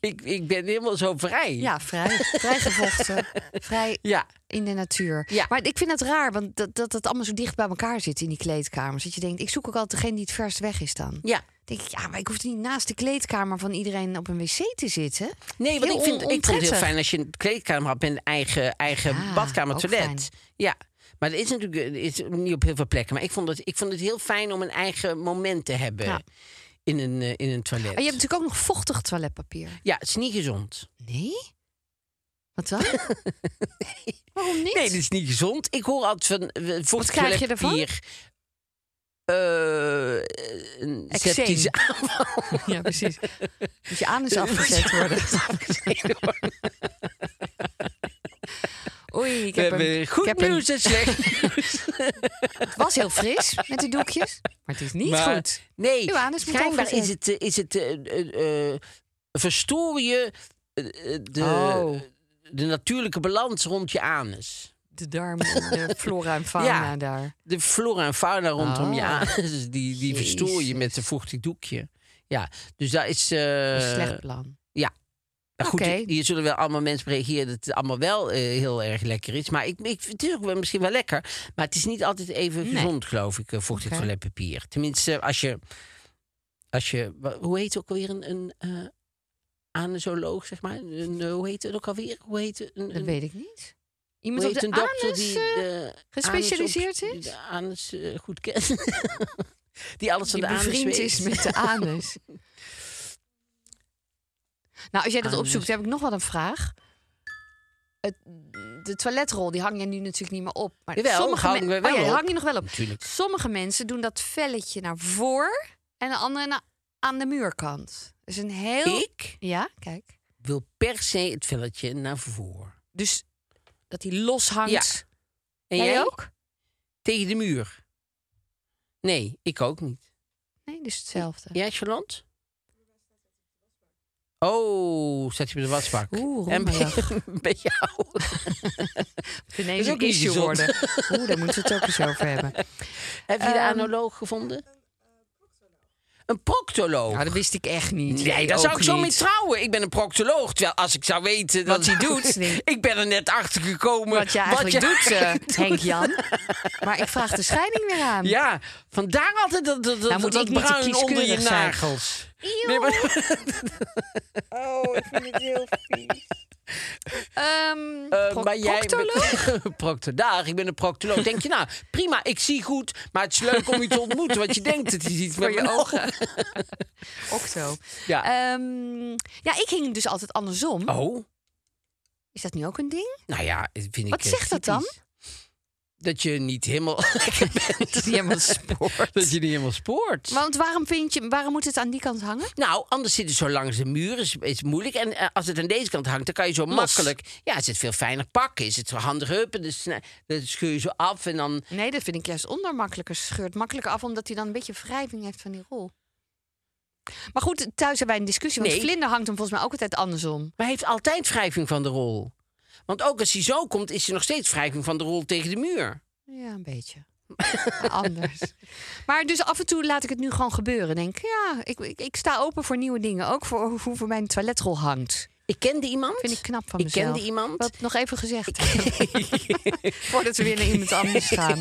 [SPEAKER 2] ik, ik ben helemaal zo vrij.
[SPEAKER 3] Ja, vrij, vrij gevochten. Vrij
[SPEAKER 2] Ja.
[SPEAKER 3] in de natuur.
[SPEAKER 2] Ja.
[SPEAKER 3] Maar ik vind het raar, want dat, dat het allemaal zo dicht bij elkaar zit in die kleedkamers. Dat je denkt, ik zoek ook altijd degene die het verst weg is dan.
[SPEAKER 2] Ja.
[SPEAKER 3] Denk ik, ja, maar ik hoef niet naast de kleedkamer van iedereen op een wc te zitten.
[SPEAKER 2] Nee, want
[SPEAKER 3] Heel
[SPEAKER 2] ik, vind, ik vond
[SPEAKER 3] on-
[SPEAKER 2] het heel
[SPEAKER 3] onprettig.
[SPEAKER 2] fijn als je een kleedkamer had met een eigen, eigen
[SPEAKER 3] Ja,
[SPEAKER 2] badkamer
[SPEAKER 3] ook
[SPEAKER 2] toilet. Ja, maar dat is natuurlijk eh, is niet op heel veel plekken. Maar ik vond het, ik vond het heel fijn om een eigen moment te hebben
[SPEAKER 3] Ja.
[SPEAKER 2] in, een, eh, in een toilet.
[SPEAKER 3] Maar je hebt natuurlijk ook nog vochtig toiletpapier.
[SPEAKER 2] Ja, het is niet gezond.
[SPEAKER 3] Nee? Wat dan? Waarom niet?
[SPEAKER 2] Nee, dat is niet gezond. Ik hoor altijd van eh, vochtig
[SPEAKER 3] krijg je
[SPEAKER 2] toiletpapier. Eh, een
[SPEAKER 3] Eczeem.
[SPEAKER 2] septische aanval.
[SPEAKER 3] Ja, precies. Moet je anus afgezet worden. Oei, ik
[SPEAKER 2] We
[SPEAKER 3] heb hem.
[SPEAKER 2] hebben
[SPEAKER 3] ik
[SPEAKER 2] goed
[SPEAKER 3] heb hem.
[SPEAKER 2] nieuws en slecht nieuws.
[SPEAKER 3] Het was heel fris met die doekjes. Maar het is niet
[SPEAKER 2] Maar-
[SPEAKER 3] goed.
[SPEAKER 2] Nee,
[SPEAKER 3] Uw anus moet
[SPEAKER 2] schijnbaar is
[SPEAKER 3] afgezet.
[SPEAKER 2] het, eh, is het eh, eh, eh, verstoor je eh, eh, de,
[SPEAKER 3] Oh.
[SPEAKER 2] de natuurlijke balans rond je anus.
[SPEAKER 3] De darmen, de flora en fauna
[SPEAKER 2] Ja.
[SPEAKER 3] daar.
[SPEAKER 2] De flora en fauna rondom je
[SPEAKER 3] Ah.
[SPEAKER 2] anus, die, die verstoor je met een vochtig doekje. Ja, dus daar is... eh,
[SPEAKER 3] Een slecht plan.
[SPEAKER 2] Nou goed,
[SPEAKER 3] Oké.
[SPEAKER 2] hier- hier zullen wel allemaal mensen op reageren dat het allemaal wel eh, heel erg lekker is. Maar ik, ik, het is ook wel, misschien wel lekker. Maar het is niet altijd even
[SPEAKER 3] Nee.
[SPEAKER 2] gezond, geloof ik, eh, vochtig
[SPEAKER 3] Oké.
[SPEAKER 2] toiletpapier. Tenminste, als je... Als je wa- hoe heet het ook alweer? Een, een eh, anusoloog, zeg maar. Een, eh, hoe heet het ook alweer? Hoe heet het? Een,
[SPEAKER 3] Dat
[SPEAKER 2] een-
[SPEAKER 3] weet ik niet. Iemand
[SPEAKER 2] hoe
[SPEAKER 3] op
[SPEAKER 2] heet
[SPEAKER 3] de
[SPEAKER 2] een dokter
[SPEAKER 3] anus,
[SPEAKER 2] die
[SPEAKER 3] eh,
[SPEAKER 2] de
[SPEAKER 3] gespecialiseerd
[SPEAKER 2] anus op-
[SPEAKER 3] is?
[SPEAKER 2] De anus eh, goed kent. die alles van
[SPEAKER 3] die
[SPEAKER 2] de anus
[SPEAKER 3] bevriend
[SPEAKER 2] weet.
[SPEAKER 3] is met de anus. nou, als jij dat
[SPEAKER 2] Anus.
[SPEAKER 3] opzoekt, heb ik nog wel een vraag. Het, de toiletrol, die hang je nu natuurlijk niet meer op. Maar
[SPEAKER 2] Jawel, hangen
[SPEAKER 3] men-
[SPEAKER 2] we wel
[SPEAKER 3] oh, ja, die
[SPEAKER 2] op.
[SPEAKER 3] hang je nog wel op.
[SPEAKER 2] Natuurlijk.
[SPEAKER 3] Sommige mensen doen dat velletje naar voor en de andere naar, aan de muurkant. Dus een heel...
[SPEAKER 2] Ik
[SPEAKER 3] Ja, kijk.
[SPEAKER 2] wil per se het velletje naar voren.
[SPEAKER 3] Dus dat die los hangt.
[SPEAKER 2] Ja. En
[SPEAKER 3] jij,
[SPEAKER 2] jij
[SPEAKER 3] ook?
[SPEAKER 2] Tegen de muur. Nee, ik ook niet.
[SPEAKER 3] Nee, dus hetzelfde.
[SPEAKER 2] Jij, Charlotte? Oh, staat je op de wasbak.
[SPEAKER 3] Oeh,
[SPEAKER 2] en bij,
[SPEAKER 3] rommelig.
[SPEAKER 2] bij jou.
[SPEAKER 3] Ineens
[SPEAKER 2] is ook
[SPEAKER 3] een
[SPEAKER 2] niet
[SPEAKER 3] issue
[SPEAKER 2] gezond.
[SPEAKER 3] worden. Oeh, daar moeten we het ook eens over hebben.
[SPEAKER 2] Heb je de
[SPEAKER 3] Ehm,
[SPEAKER 2] anoloog gevonden? Een proctoloog.
[SPEAKER 3] Nou, dat wist ik echt niet.
[SPEAKER 2] Nee, daar
[SPEAKER 3] ook
[SPEAKER 2] zou ik zo mee
[SPEAKER 3] niet.
[SPEAKER 2] trouwen. Ik ben een proctoloog. Terwijl als ik zou weten wat
[SPEAKER 3] Wat
[SPEAKER 2] hij
[SPEAKER 3] hij
[SPEAKER 2] doet.
[SPEAKER 3] doet.
[SPEAKER 2] Ik ben er net achter gekomen.
[SPEAKER 3] Wat je eigenlijk doet, eh,
[SPEAKER 2] eigenlijk doet.
[SPEAKER 3] Henk Jan. Maar ik vraag de scheiding weer aan.
[SPEAKER 2] Ja, vandaar altijd dat, dat, dat,
[SPEAKER 3] Nou, moet
[SPEAKER 2] dat
[SPEAKER 3] ik niet te
[SPEAKER 2] bruin onder je
[SPEAKER 3] kieskeurig zijn.
[SPEAKER 2] nagels. Nee, maar,
[SPEAKER 5] Oh, ik vind het heel vies.
[SPEAKER 3] Ehm,
[SPEAKER 2] Eh,
[SPEAKER 3] pro-
[SPEAKER 2] maar jij bent-
[SPEAKER 3] proctoloog?
[SPEAKER 2] Proctoloog, ik ben een proctoloog. Denk je, nou, prima, ik zie goed, maar het is leuk om je te ontmoeten. Want je denkt dat je ziet
[SPEAKER 3] Voor
[SPEAKER 2] met
[SPEAKER 3] je
[SPEAKER 2] mijn
[SPEAKER 3] ogen. Octo.
[SPEAKER 2] Ja.
[SPEAKER 3] Ehm, ja, ik hing dus altijd andersom.
[SPEAKER 2] Oh,
[SPEAKER 3] Is dat nu ook een ding?
[SPEAKER 2] nou ja, vind ik...
[SPEAKER 3] Wat
[SPEAKER 2] eh,
[SPEAKER 3] zegt dat
[SPEAKER 2] typisch. Dat je niet helemaal lekker bent.
[SPEAKER 3] Niet helemaal spoort.
[SPEAKER 2] Dat je niet helemaal spoort.
[SPEAKER 3] Want waarom, vind je, waarom moet het aan die kant hangen?
[SPEAKER 2] Nou, anders zit het zo langs de muur, is, is moeilijk. En eh, als het aan deze kant hangt, dan kan je zo makkelijk... Ja, is het veel fijner pakken, is het zo handig huppen. Dus nou, dan scheur je zo af en dan...
[SPEAKER 3] Nee, dat vind ik juist ondermakkelijker. Scheurt makkelijker af, omdat hij dan een beetje wrijving heeft van die rol. Maar goed, thuis hebben wij een discussie. Want
[SPEAKER 2] Nee.
[SPEAKER 3] Vlinder hangt hem volgens mij ook altijd andersom.
[SPEAKER 2] Maar hij heeft altijd wrijving van de rol. Want ook als hij zo komt, is hij nog steeds wrijving van de rol tegen de muur.
[SPEAKER 3] Ja, een beetje. Maar anders. Maar dus af en toe laat ik het nu gewoon gebeuren. Denk, ja, ik, ik, ik sta open voor nieuwe dingen. Ook voor hoe- hoe voor mijn toiletrol hangt.
[SPEAKER 2] Ik kende iemand.
[SPEAKER 3] Vind ik knap van
[SPEAKER 2] Ik
[SPEAKER 3] mezelf.
[SPEAKER 2] kende iemand.
[SPEAKER 3] Wat nog even gezegd. Voordat we weer naar iemand anders gaan.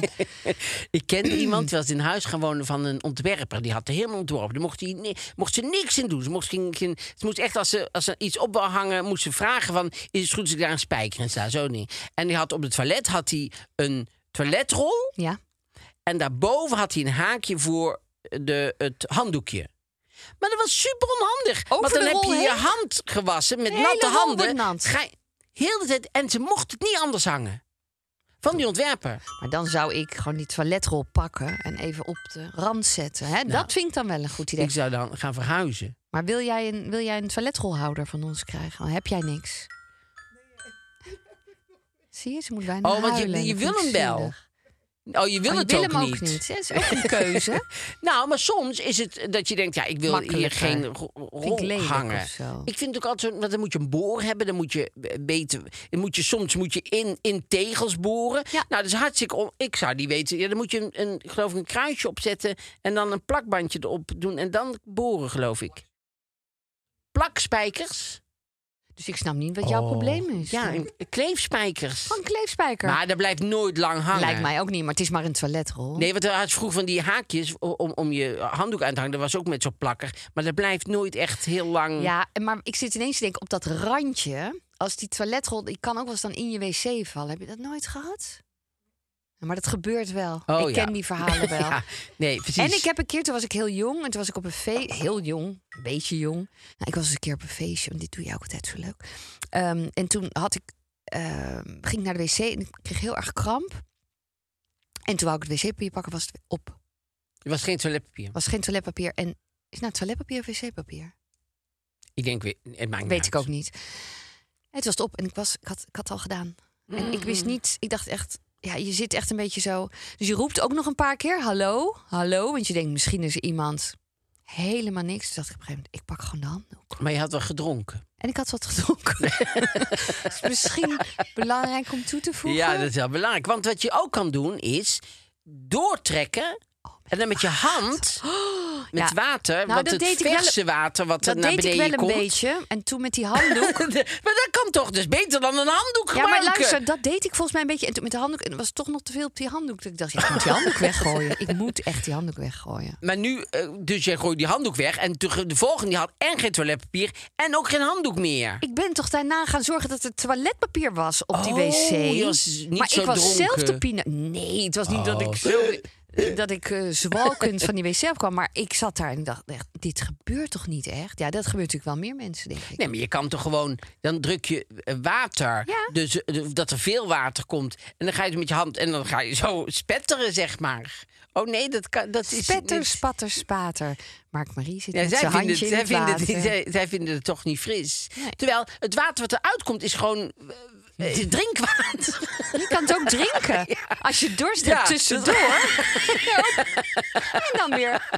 [SPEAKER 2] Ik kende iemand die was in huis gaan wonen van een ontwerper. Die had er helemaal ontworpen. Daar mocht, hij ni- mocht ze niks in doen. Ze mocht, geen, geen- ze moest echt, als ze, als ze iets op wil hangen, moest ze vragen van... is het goed als ik daar een spijker in sta? Zo niet. En die had op het toilet had hij een toiletrol.
[SPEAKER 3] Ja.
[SPEAKER 2] En daarboven had hij een haakje voor de, het handdoekje. Maar dat was super onhandig.
[SPEAKER 3] Over
[SPEAKER 2] want dan
[SPEAKER 3] de
[SPEAKER 2] heb
[SPEAKER 3] rol
[SPEAKER 2] je je
[SPEAKER 3] heen?
[SPEAKER 2] hand gewassen met
[SPEAKER 3] De hele
[SPEAKER 2] natte
[SPEAKER 3] rol
[SPEAKER 2] handen.
[SPEAKER 3] wordt nat.
[SPEAKER 2] Ga, heel de tijd, en ze mocht het niet anders hangen. Van die ontwerper.
[SPEAKER 3] Maar dan zou ik gewoon die toiletrol pakken en even op de rand zetten. Hè? dat vind ik dan wel een goed idee.
[SPEAKER 2] Nou. Ik zou dan gaan verhuizen.
[SPEAKER 3] Maar wil jij, een, wil jij een toiletrolhouder van ons krijgen? Dan heb jij niks. Zie je, ze moet bijna
[SPEAKER 2] Oh, want je-
[SPEAKER 3] huilen.
[SPEAKER 2] je
[SPEAKER 3] Dat
[SPEAKER 2] wil
[SPEAKER 3] vind ik
[SPEAKER 2] hem wel.
[SPEAKER 3] zielig.
[SPEAKER 2] Oh, je wil
[SPEAKER 3] Maar
[SPEAKER 2] het
[SPEAKER 3] je
[SPEAKER 2] ook,
[SPEAKER 3] wil hem
[SPEAKER 2] niet.
[SPEAKER 3] ook niet. hè? Dat is ook een keuze.
[SPEAKER 2] Nou, maar soms is het dat je denkt, ja, ik wil hier
[SPEAKER 3] Makkelijker.
[SPEAKER 2] geen ro-
[SPEAKER 3] Vind ik
[SPEAKER 2] rol
[SPEAKER 3] lelijk
[SPEAKER 2] hangen.
[SPEAKER 3] of zo.
[SPEAKER 2] Ik vind het ook altijd, zo- want dan moet je een boor hebben, dan moet je eh, weten, dan moet je soms moet je in, in tegels boren.
[SPEAKER 3] Ja.
[SPEAKER 2] Nou, dat is hartstikke. On, ik zou die weten. Ja, dan moet je een, een, ik geloof ik, een kruisje opzetten en dan een plakbandje erop doen en dan boren, geloof ik. Plakspijkers.
[SPEAKER 3] Dus ik snap niet wat
[SPEAKER 2] Oh,
[SPEAKER 3] jouw probleem is.
[SPEAKER 2] Ja, en kleefspijkers.
[SPEAKER 3] Van kleefspijker.
[SPEAKER 2] Maar dat blijft nooit lang hangen.
[SPEAKER 3] Lijkt mij ook niet, maar het is maar een toiletrol.
[SPEAKER 2] Nee, want hij had vroeg van die haakjes o- om, om je handdoek aan te hangen. Dat was ook met zo'n plakker. Maar dat blijft nooit echt heel lang.
[SPEAKER 3] Ja, en maar ik zit ineens te denken op dat randje. Als die toiletrol, die kan ook wel eens dan in je wc vallen. Heb je dat nooit gehad? Ja, Maar dat gebeurt wel.
[SPEAKER 2] Oh,
[SPEAKER 3] ik
[SPEAKER 2] ja.
[SPEAKER 3] ken die verhalen wel.
[SPEAKER 2] Ja, nee, precies.
[SPEAKER 3] En ik heb een keer, toen was ik heel jong, en toen was ik op een feest, heel jong, een beetje jong. Nou, ik was eens een keer op een feestje, want dit doe je ook altijd zo leuk. Ehm, en toen had ik, ehm, ging ik naar de wc en ik kreeg heel erg kramp. En toen wou ik het wc-papier pakken, was het weer op.
[SPEAKER 2] Er was geen toiletpapier.
[SPEAKER 3] Was geen toiletpapier. En is nou toiletpapier of wc-papier?
[SPEAKER 2] Ik denk weer, het maakt niet
[SPEAKER 3] Weet
[SPEAKER 2] uit.
[SPEAKER 3] ik ook
[SPEAKER 2] Mm.
[SPEAKER 3] niet. Het was het op en ik, was, ik, had, ik had het al gedaan. En ik wist niet, ik dacht echt, ja, je zit echt een beetje zo. Dus je roept ook nog een paar keer: hallo, hallo. Want je denkt, misschien is er iemand helemaal niks. Dus dacht ik op een gegeven moment: ik pak gewoon de handdoek.
[SPEAKER 2] Maar je had wel gedronken.
[SPEAKER 3] En ik had wat gedronken. dus misschien belangrijk om toe te voegen.
[SPEAKER 2] Ja, dat is wel belangrijk. Want wat je ook kan doen is doortrekken. en dan met je hand, met
[SPEAKER 3] Oh, Ja.
[SPEAKER 2] water,
[SPEAKER 3] Nou,
[SPEAKER 2] want
[SPEAKER 3] dat
[SPEAKER 2] het
[SPEAKER 3] deed ik wel een-
[SPEAKER 2] verse water wat
[SPEAKER 3] dat
[SPEAKER 2] er naar
[SPEAKER 3] deed ik
[SPEAKER 2] beneden
[SPEAKER 3] wel een
[SPEAKER 2] komt.
[SPEAKER 3] beetje. En toen met die handdoek.
[SPEAKER 2] maar dat kan toch dus beter dan een handdoek
[SPEAKER 3] Ja, maar
[SPEAKER 2] gebruiken.
[SPEAKER 3] luister, dat deed ik volgens mij een beetje. En toen met de handdoek, en er was toch nog te veel op die handdoek. Dat ik dacht, ja, ik moet die handdoek weggooien. Ik moet echt die handdoek weggooien.
[SPEAKER 2] Maar nu, eh, dus jij gooit die handdoek weg. En de, de volgende die had en geen toiletpapier en ook geen handdoek meer.
[SPEAKER 3] Ik ben toch daarna gaan zorgen dat er toiletpapier was op die
[SPEAKER 2] Oh,
[SPEAKER 3] wc.
[SPEAKER 2] je was niet
[SPEAKER 3] maar
[SPEAKER 2] zo
[SPEAKER 3] ik was zelf
[SPEAKER 2] dronken. Oh.
[SPEAKER 3] de pina. Nee, het was niet dat ik zo dat ik eh, zwalkend van die wc afkwam. Maar ik zat daar en dacht, echt, dit gebeurt toch niet echt? Ja, dat gebeurt natuurlijk wel meer mensen, denk ik.
[SPEAKER 2] Nee, maar je kan toch gewoon... Dan druk je eh, water,
[SPEAKER 3] Ja.
[SPEAKER 2] dus eh, dat er veel water komt. En dan ga je het met je hand en dan ga je zo spetteren, zeg maar. Oh nee, dat, kan, dat is...
[SPEAKER 3] Spetter,
[SPEAKER 2] niet-
[SPEAKER 3] spatter, spater. Mark Marie zit
[SPEAKER 2] Ja,
[SPEAKER 3] met
[SPEAKER 2] zij,
[SPEAKER 3] zijn
[SPEAKER 2] vinden het,
[SPEAKER 3] handje in
[SPEAKER 2] zij,
[SPEAKER 3] het
[SPEAKER 2] vinden het,
[SPEAKER 3] water.
[SPEAKER 2] zij, zij vinden het toch niet fris. Terwijl het water wat eruit komt is gewoon eh, eh, drinkwater.
[SPEAKER 3] Je kan het ook drinken. Als je dorst hebt
[SPEAKER 2] Ja,
[SPEAKER 3] tussendoor. Ja. en dan weer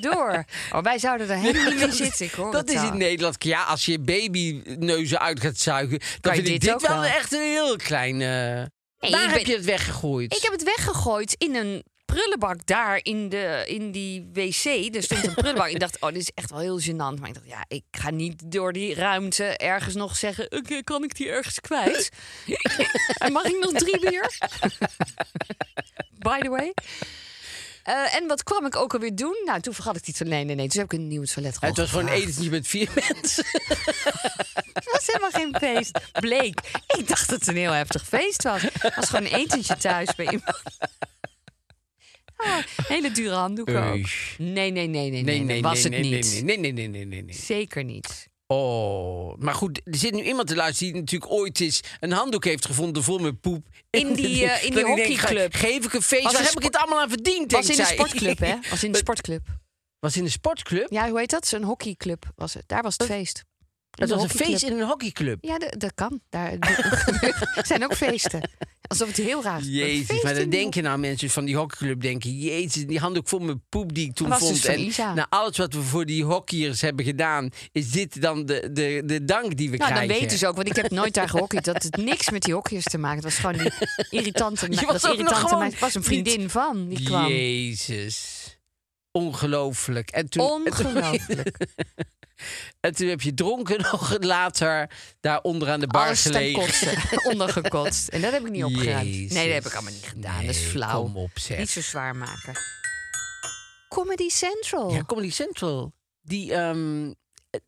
[SPEAKER 3] door. Oh, wij zouden er helemaal niet mee zitten. Ik hoor
[SPEAKER 2] dat
[SPEAKER 3] het
[SPEAKER 2] is
[SPEAKER 3] al.
[SPEAKER 2] in Nederland. Ja, als je babyneuzen uit gaat zuigen, dan
[SPEAKER 3] Kan je
[SPEAKER 2] vind ik
[SPEAKER 3] dit
[SPEAKER 2] dit
[SPEAKER 3] ook
[SPEAKER 2] wel
[SPEAKER 3] wel.
[SPEAKER 2] echt een heel klein... eh
[SPEAKER 3] Nee,
[SPEAKER 2] Waar
[SPEAKER 3] ik
[SPEAKER 2] heb
[SPEAKER 3] ben-
[SPEAKER 2] je het weggegooid?
[SPEAKER 3] Ik heb het weggegooid in een prullenbak daar in, de, in die wc. Er stond een prullenbak. ik dacht, oh, dit is echt wel heel gênant. Maar ik dacht, ja, ik ga niet door die ruimte ergens nog zeggen... Oké, kan ik die ergens kwijt? en mag ik nog drie bier? By the way. Eh, en wat kwam ik ook alweer doen? Nou, toen vergat ik die toilet. Nee, nee, nee. Toen heb ik een nieuw toilet
[SPEAKER 2] het was gewoon een
[SPEAKER 3] gevraagd.
[SPEAKER 2] etentje met vier mensen.
[SPEAKER 3] Het was helemaal geen feest. Bleek. Ik dacht dat het een heel heftig feest was. Het was gewoon een etentje thuis bij iemand. Ah, hele dure handdoek ook.
[SPEAKER 2] Oei.
[SPEAKER 3] Nee, nee, nee, nee, nee. dat was
[SPEAKER 2] nee,
[SPEAKER 3] het
[SPEAKER 2] nee,
[SPEAKER 3] niet.
[SPEAKER 2] Nee, nee, nee, nee, nee, nee.
[SPEAKER 3] Zeker niet.
[SPEAKER 2] Oh, maar goed, er zit nu iemand te luisteren die natuurlijk ooit eens een handdoek heeft gevonden vol met poep.
[SPEAKER 3] In die, eh, in die
[SPEAKER 2] Dat ik denk,
[SPEAKER 3] hockeyclub.
[SPEAKER 2] ga- geef ik een feest,
[SPEAKER 3] Was
[SPEAKER 2] waar
[SPEAKER 3] een
[SPEAKER 2] heb ik
[SPEAKER 3] spo-
[SPEAKER 2] het allemaal aan verdiend,
[SPEAKER 3] Was in
[SPEAKER 2] denkt
[SPEAKER 3] de
[SPEAKER 2] zij.
[SPEAKER 3] sportclub, hè? Was in de sportclub.
[SPEAKER 2] Was in een sportclub?
[SPEAKER 3] Ja, hoe heet dat? Zo'n hockeyclub was het. Daar was het feest.
[SPEAKER 2] dat
[SPEAKER 3] de
[SPEAKER 2] was een
[SPEAKER 3] hockeyclub.
[SPEAKER 2] feest in een hockeyclub.
[SPEAKER 3] Ja, dat, dat kan. Daar zijn ook feesten. Alsof het heel raar is.
[SPEAKER 2] Jezus,
[SPEAKER 3] Feest
[SPEAKER 2] maar
[SPEAKER 3] in
[SPEAKER 2] dan
[SPEAKER 3] de
[SPEAKER 2] denk je nou mensen van die hockeyclub denken... Jezus, die handdoek vol met poep die ik toen
[SPEAKER 3] Was dus
[SPEAKER 2] vond.
[SPEAKER 3] van
[SPEAKER 2] en nou,
[SPEAKER 3] Isa.
[SPEAKER 2] na alles wat we voor die hockeyers hebben gedaan... is dit dan de, de, de dank die we
[SPEAKER 3] Nou,
[SPEAKER 2] krijgen.
[SPEAKER 3] dan weten ze ook, want ik heb nooit daar gehockeyd. Dat het niks met die hockeyers te maken. Het was gewoon die irritante,
[SPEAKER 2] Je
[SPEAKER 3] me-
[SPEAKER 2] was
[SPEAKER 3] dat
[SPEAKER 2] ook nog
[SPEAKER 3] irritante
[SPEAKER 2] gewoon
[SPEAKER 3] meisje. Het was een vriendin van, die kwam.
[SPEAKER 2] Jezus. Ongelooflijk. En toen,
[SPEAKER 3] Ongelooflijk.
[SPEAKER 2] En toen heb je dronken nog later daar onder aan de bar
[SPEAKER 3] Alles ten
[SPEAKER 2] gelegen.
[SPEAKER 3] koste, ondergekotst. En dat heb ik niet opgeruimd. Nee, dat heb ik
[SPEAKER 2] Jezus.
[SPEAKER 3] allemaal niet gedaan. dat is
[SPEAKER 2] Nee,
[SPEAKER 3] flauw.
[SPEAKER 2] kom op, zeg.
[SPEAKER 3] Niet zo zwaar maken. Comedy Central.
[SPEAKER 2] Ja, Comedy Central. Die, ehm,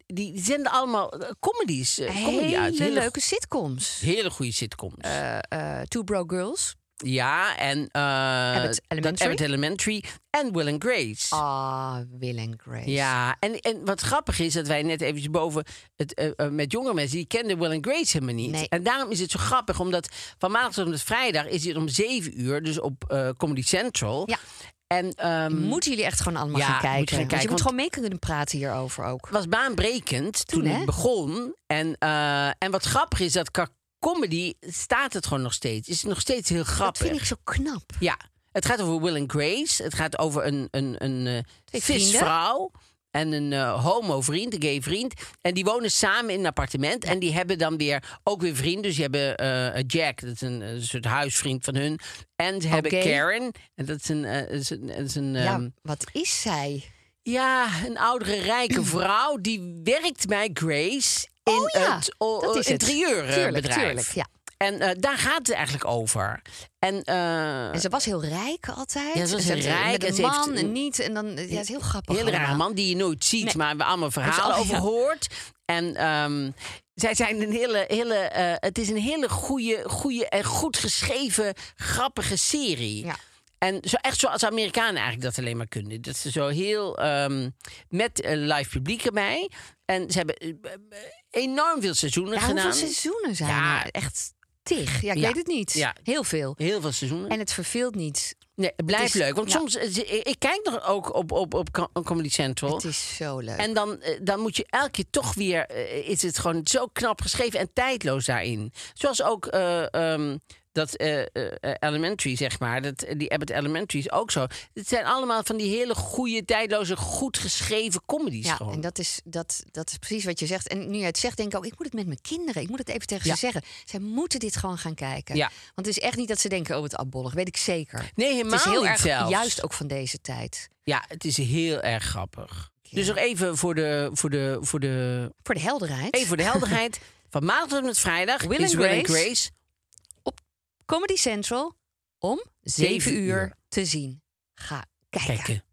[SPEAKER 2] die zenden allemaal eh, comedies. eh, comedy
[SPEAKER 3] Hele,
[SPEAKER 2] uit.
[SPEAKER 3] leuke sitcoms.
[SPEAKER 2] go- Hele goede sitcoms.
[SPEAKER 3] Eh, eh, Two Bro Girls.
[SPEAKER 2] ja, en... eh
[SPEAKER 3] Abbott
[SPEAKER 2] dat
[SPEAKER 3] Elementary.
[SPEAKER 2] Abbott Elementary. En Will and Grace.
[SPEAKER 3] Ah, Will and Grace.
[SPEAKER 2] Ja, en, en wat grappig is dat wij net eventjes boven het, eh, eh, met jonge mensen die kenden Will and Grace helemaal niet.
[SPEAKER 3] Nee.
[SPEAKER 2] En daarom is het zo grappig, omdat van maandag tot en met vrijdag is het om 7 uur, dus op eh, Comedy Central.
[SPEAKER 3] Ja.
[SPEAKER 2] En ehm,
[SPEAKER 3] Mm. Moeten jullie echt gewoon allemaal
[SPEAKER 2] Ja,
[SPEAKER 3] gaan
[SPEAKER 2] moet je
[SPEAKER 3] kijken.
[SPEAKER 2] gaan
[SPEAKER 3] Want
[SPEAKER 2] kijken,
[SPEAKER 3] je moet
[SPEAKER 2] want-
[SPEAKER 3] gewoon mee kunnen praten hierover ook.
[SPEAKER 2] was baanbrekend toen,
[SPEAKER 3] Toen, hè?
[SPEAKER 2] het begon. En, eh, en wat grappig is dat qua comedy staat het gewoon nog steeds. Is het nog steeds heel grappig.
[SPEAKER 3] Dat vind ik zo knap.
[SPEAKER 2] Ja, het gaat over Will and Grace. Het gaat over een, een, een eh
[SPEAKER 3] Twee vrienden.
[SPEAKER 2] visvrouw en een eh, homo-vriend, een gay vriend. En die wonen samen in een appartement. En die hebben dan weer ook weer vrienden. Dus die hebben eh, Jack, dat is een, eh, soort huisvriend van hun. En ze hebben
[SPEAKER 3] Oké.
[SPEAKER 2] Karen. En dat is een... eh, dat is een, dat is een ehm,
[SPEAKER 3] Ja, wat is zij?
[SPEAKER 2] ja, een oudere rijke vrouw die werkt bij Grace in
[SPEAKER 3] Oh ja,
[SPEAKER 2] het o-
[SPEAKER 3] dat is het.
[SPEAKER 2] interieurbedrijf.
[SPEAKER 3] Tuurlijk, tuurlijk, ja.
[SPEAKER 2] En eh, daar gaat het eigenlijk over. En, eh,
[SPEAKER 3] En ze was heel rijk altijd.
[SPEAKER 2] Ja, ze was
[SPEAKER 3] En
[SPEAKER 2] heel
[SPEAKER 3] heeft-
[SPEAKER 2] rijk
[SPEAKER 3] Met
[SPEAKER 2] en
[SPEAKER 3] een
[SPEAKER 2] ze heeft
[SPEAKER 3] man
[SPEAKER 2] een-
[SPEAKER 3] en niet. En dan, ja, het is heel grappig.
[SPEAKER 2] Heel rare
[SPEAKER 3] allemaal.
[SPEAKER 2] man die je nooit ziet,
[SPEAKER 3] Nee.
[SPEAKER 2] maar we allemaal verhalen
[SPEAKER 3] oh,
[SPEAKER 2] over
[SPEAKER 3] ja.
[SPEAKER 2] hoort. En ehm, zij zijn een hele, hele eh, het is een hele goede, goede en goed geschreven, grappige serie.
[SPEAKER 3] Ja.
[SPEAKER 2] En zo echt zoals Amerikanen eigenlijk dat alleen maar kunnen. Dat ze zo heel ehm, met eh, live publiek erbij. En ze hebben eh, enorm veel seizoenen
[SPEAKER 3] Ja,
[SPEAKER 2] gedaan.
[SPEAKER 3] hoeveel seizoenen zijn
[SPEAKER 2] Ja.
[SPEAKER 3] er? Echt tig. Ja, ik
[SPEAKER 2] Ja.
[SPEAKER 3] weet het niet.
[SPEAKER 2] Ja.
[SPEAKER 3] Heel veel.
[SPEAKER 2] Heel veel seizoenen.
[SPEAKER 3] En het verveelt niet.
[SPEAKER 2] nee, het blijft
[SPEAKER 3] is-
[SPEAKER 2] leuk. Want
[SPEAKER 3] ja.
[SPEAKER 2] soms, eh, ze- ik kijk nog ook op, op, op Co- Comedy Central.
[SPEAKER 3] Het is zo leuk.
[SPEAKER 2] En dan, eh, dan moet je elke keer toch weer... eh, is het gewoon zo knap geschreven en tijdloos daarin. Zoals ook eh, ehm, dat eh, eh, eh, Elementary, zeg maar, dat, eh, die Abbott Elementary is ook zo. Het zijn allemaal van die hele goede, tijdloze, goed geschreven comedies
[SPEAKER 3] Ja,
[SPEAKER 2] gewoon.
[SPEAKER 3] en dat is, dat, dat is precies wat je zegt. En nu je het zegt, denk ik ook, ik moet het met mijn kinderen. Ik moet het even tegen
[SPEAKER 2] Ja.
[SPEAKER 3] ze zeggen. Zij moeten dit gewoon gaan kijken.
[SPEAKER 2] Ja.
[SPEAKER 3] Want het is echt niet dat ze denken, oh, het abbollig. Weet ik zeker.
[SPEAKER 2] Nee,
[SPEAKER 3] het
[SPEAKER 2] helemaal
[SPEAKER 3] is heel
[SPEAKER 2] niet
[SPEAKER 3] erg,
[SPEAKER 2] zelfs.
[SPEAKER 3] juist ook van deze tijd.
[SPEAKER 2] Ja, het is heel erg grappig. Dus nog even voor de, voor de, voor de,
[SPEAKER 3] Voor de helderheid.
[SPEAKER 2] even voor de helderheid. Van maandag tot en met vrijdag
[SPEAKER 3] Will
[SPEAKER 2] is
[SPEAKER 3] and
[SPEAKER 2] Will and
[SPEAKER 3] Grace.
[SPEAKER 2] Grace.
[SPEAKER 3] Comedy Central om
[SPEAKER 2] Zeven
[SPEAKER 3] 7 uur,
[SPEAKER 2] uur.
[SPEAKER 3] te zien. Ga kijken.
[SPEAKER 2] Kijken.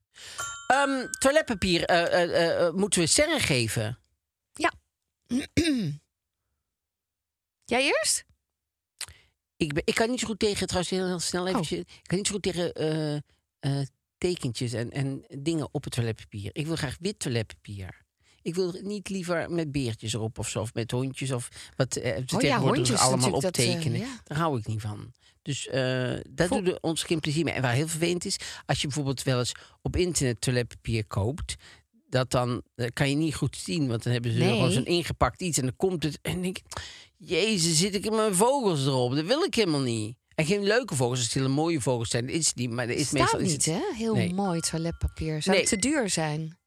[SPEAKER 2] Ehm, toiletpapier eh, eh, eh, eh, moeten we sterren geven.
[SPEAKER 3] Ja. Jij eerst?
[SPEAKER 2] Ik, ben, ik kan niet zo goed tegen, trouwens heel, heel
[SPEAKER 3] Oh.
[SPEAKER 2] snel eventjes. Ik kan niet zo goed tegen eh, eh, tekentjes en, en dingen op het toiletpapier. Ik wil graag wit toiletpapier. Ik wil niet liever met beertjes erop of zo. Of met hondjes of wat eh, ze tegenwoordig
[SPEAKER 3] Oh hondjes
[SPEAKER 2] allemaal
[SPEAKER 3] natuurlijk, dat, eh,
[SPEAKER 2] optekenen.
[SPEAKER 3] ja.
[SPEAKER 2] Daar hou ik niet van. Dus eh dat
[SPEAKER 3] Vol-
[SPEAKER 2] doet er ons geen plezier mee. En waar heel vervelend is, als je bijvoorbeeld wel eens op internet toiletpapier koopt... dat dan eh, kan je niet goed zien. Want dan hebben ze
[SPEAKER 3] Nee.
[SPEAKER 2] gewoon zo'n ingepakt iets en dan komt het... en ik, jezus, zit ik in mijn vogels erop. Dat wil ik helemaal niet. En geen leuke vogels, als het hele mooie vogels zijn, is het niet. Maar er is meestal
[SPEAKER 3] Staat
[SPEAKER 2] is
[SPEAKER 3] niet,
[SPEAKER 2] het-
[SPEAKER 3] hè? Heel
[SPEAKER 2] Nee.
[SPEAKER 3] mooi toiletpapier. Zou
[SPEAKER 2] Nee. Oh,
[SPEAKER 3] het te duur zijn?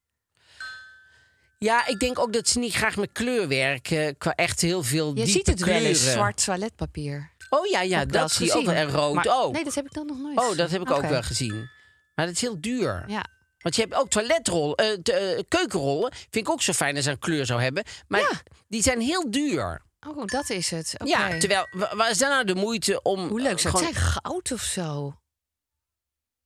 [SPEAKER 2] Ja, ik denk ook dat ze niet graag met kleur werken. Qua echt heel veel
[SPEAKER 3] Je
[SPEAKER 2] diepe
[SPEAKER 3] ziet het wel eens,
[SPEAKER 2] kleuren.
[SPEAKER 3] zwart toiletpapier.
[SPEAKER 2] Oh ja, ja,
[SPEAKER 3] Heb ik wel
[SPEAKER 2] dat
[SPEAKER 3] eens
[SPEAKER 2] zie je ook wel.
[SPEAKER 3] gezien.
[SPEAKER 2] En rood
[SPEAKER 3] Maar-
[SPEAKER 2] ook.
[SPEAKER 3] Nee, dat heb ik dan nog nooit
[SPEAKER 2] Oh, dat heb ik ook
[SPEAKER 3] Oké.
[SPEAKER 2] wel gezien. Maar dat is heel duur.
[SPEAKER 3] Ja.
[SPEAKER 2] Want je hebt ook toiletrollen, eh, t- eh, keukenrollen. Vind ik ook zo fijn als ze een kleur zou hebben. Maar
[SPEAKER 3] Ja.
[SPEAKER 2] die zijn heel duur.
[SPEAKER 3] Oh, dat is het. Oké.
[SPEAKER 2] Ja, terwijl, wa- waar is daar nou de moeite om...
[SPEAKER 3] Hoe leuk
[SPEAKER 2] eh,
[SPEAKER 3] zou het
[SPEAKER 2] gewoon
[SPEAKER 3] zijn? Goud of zo?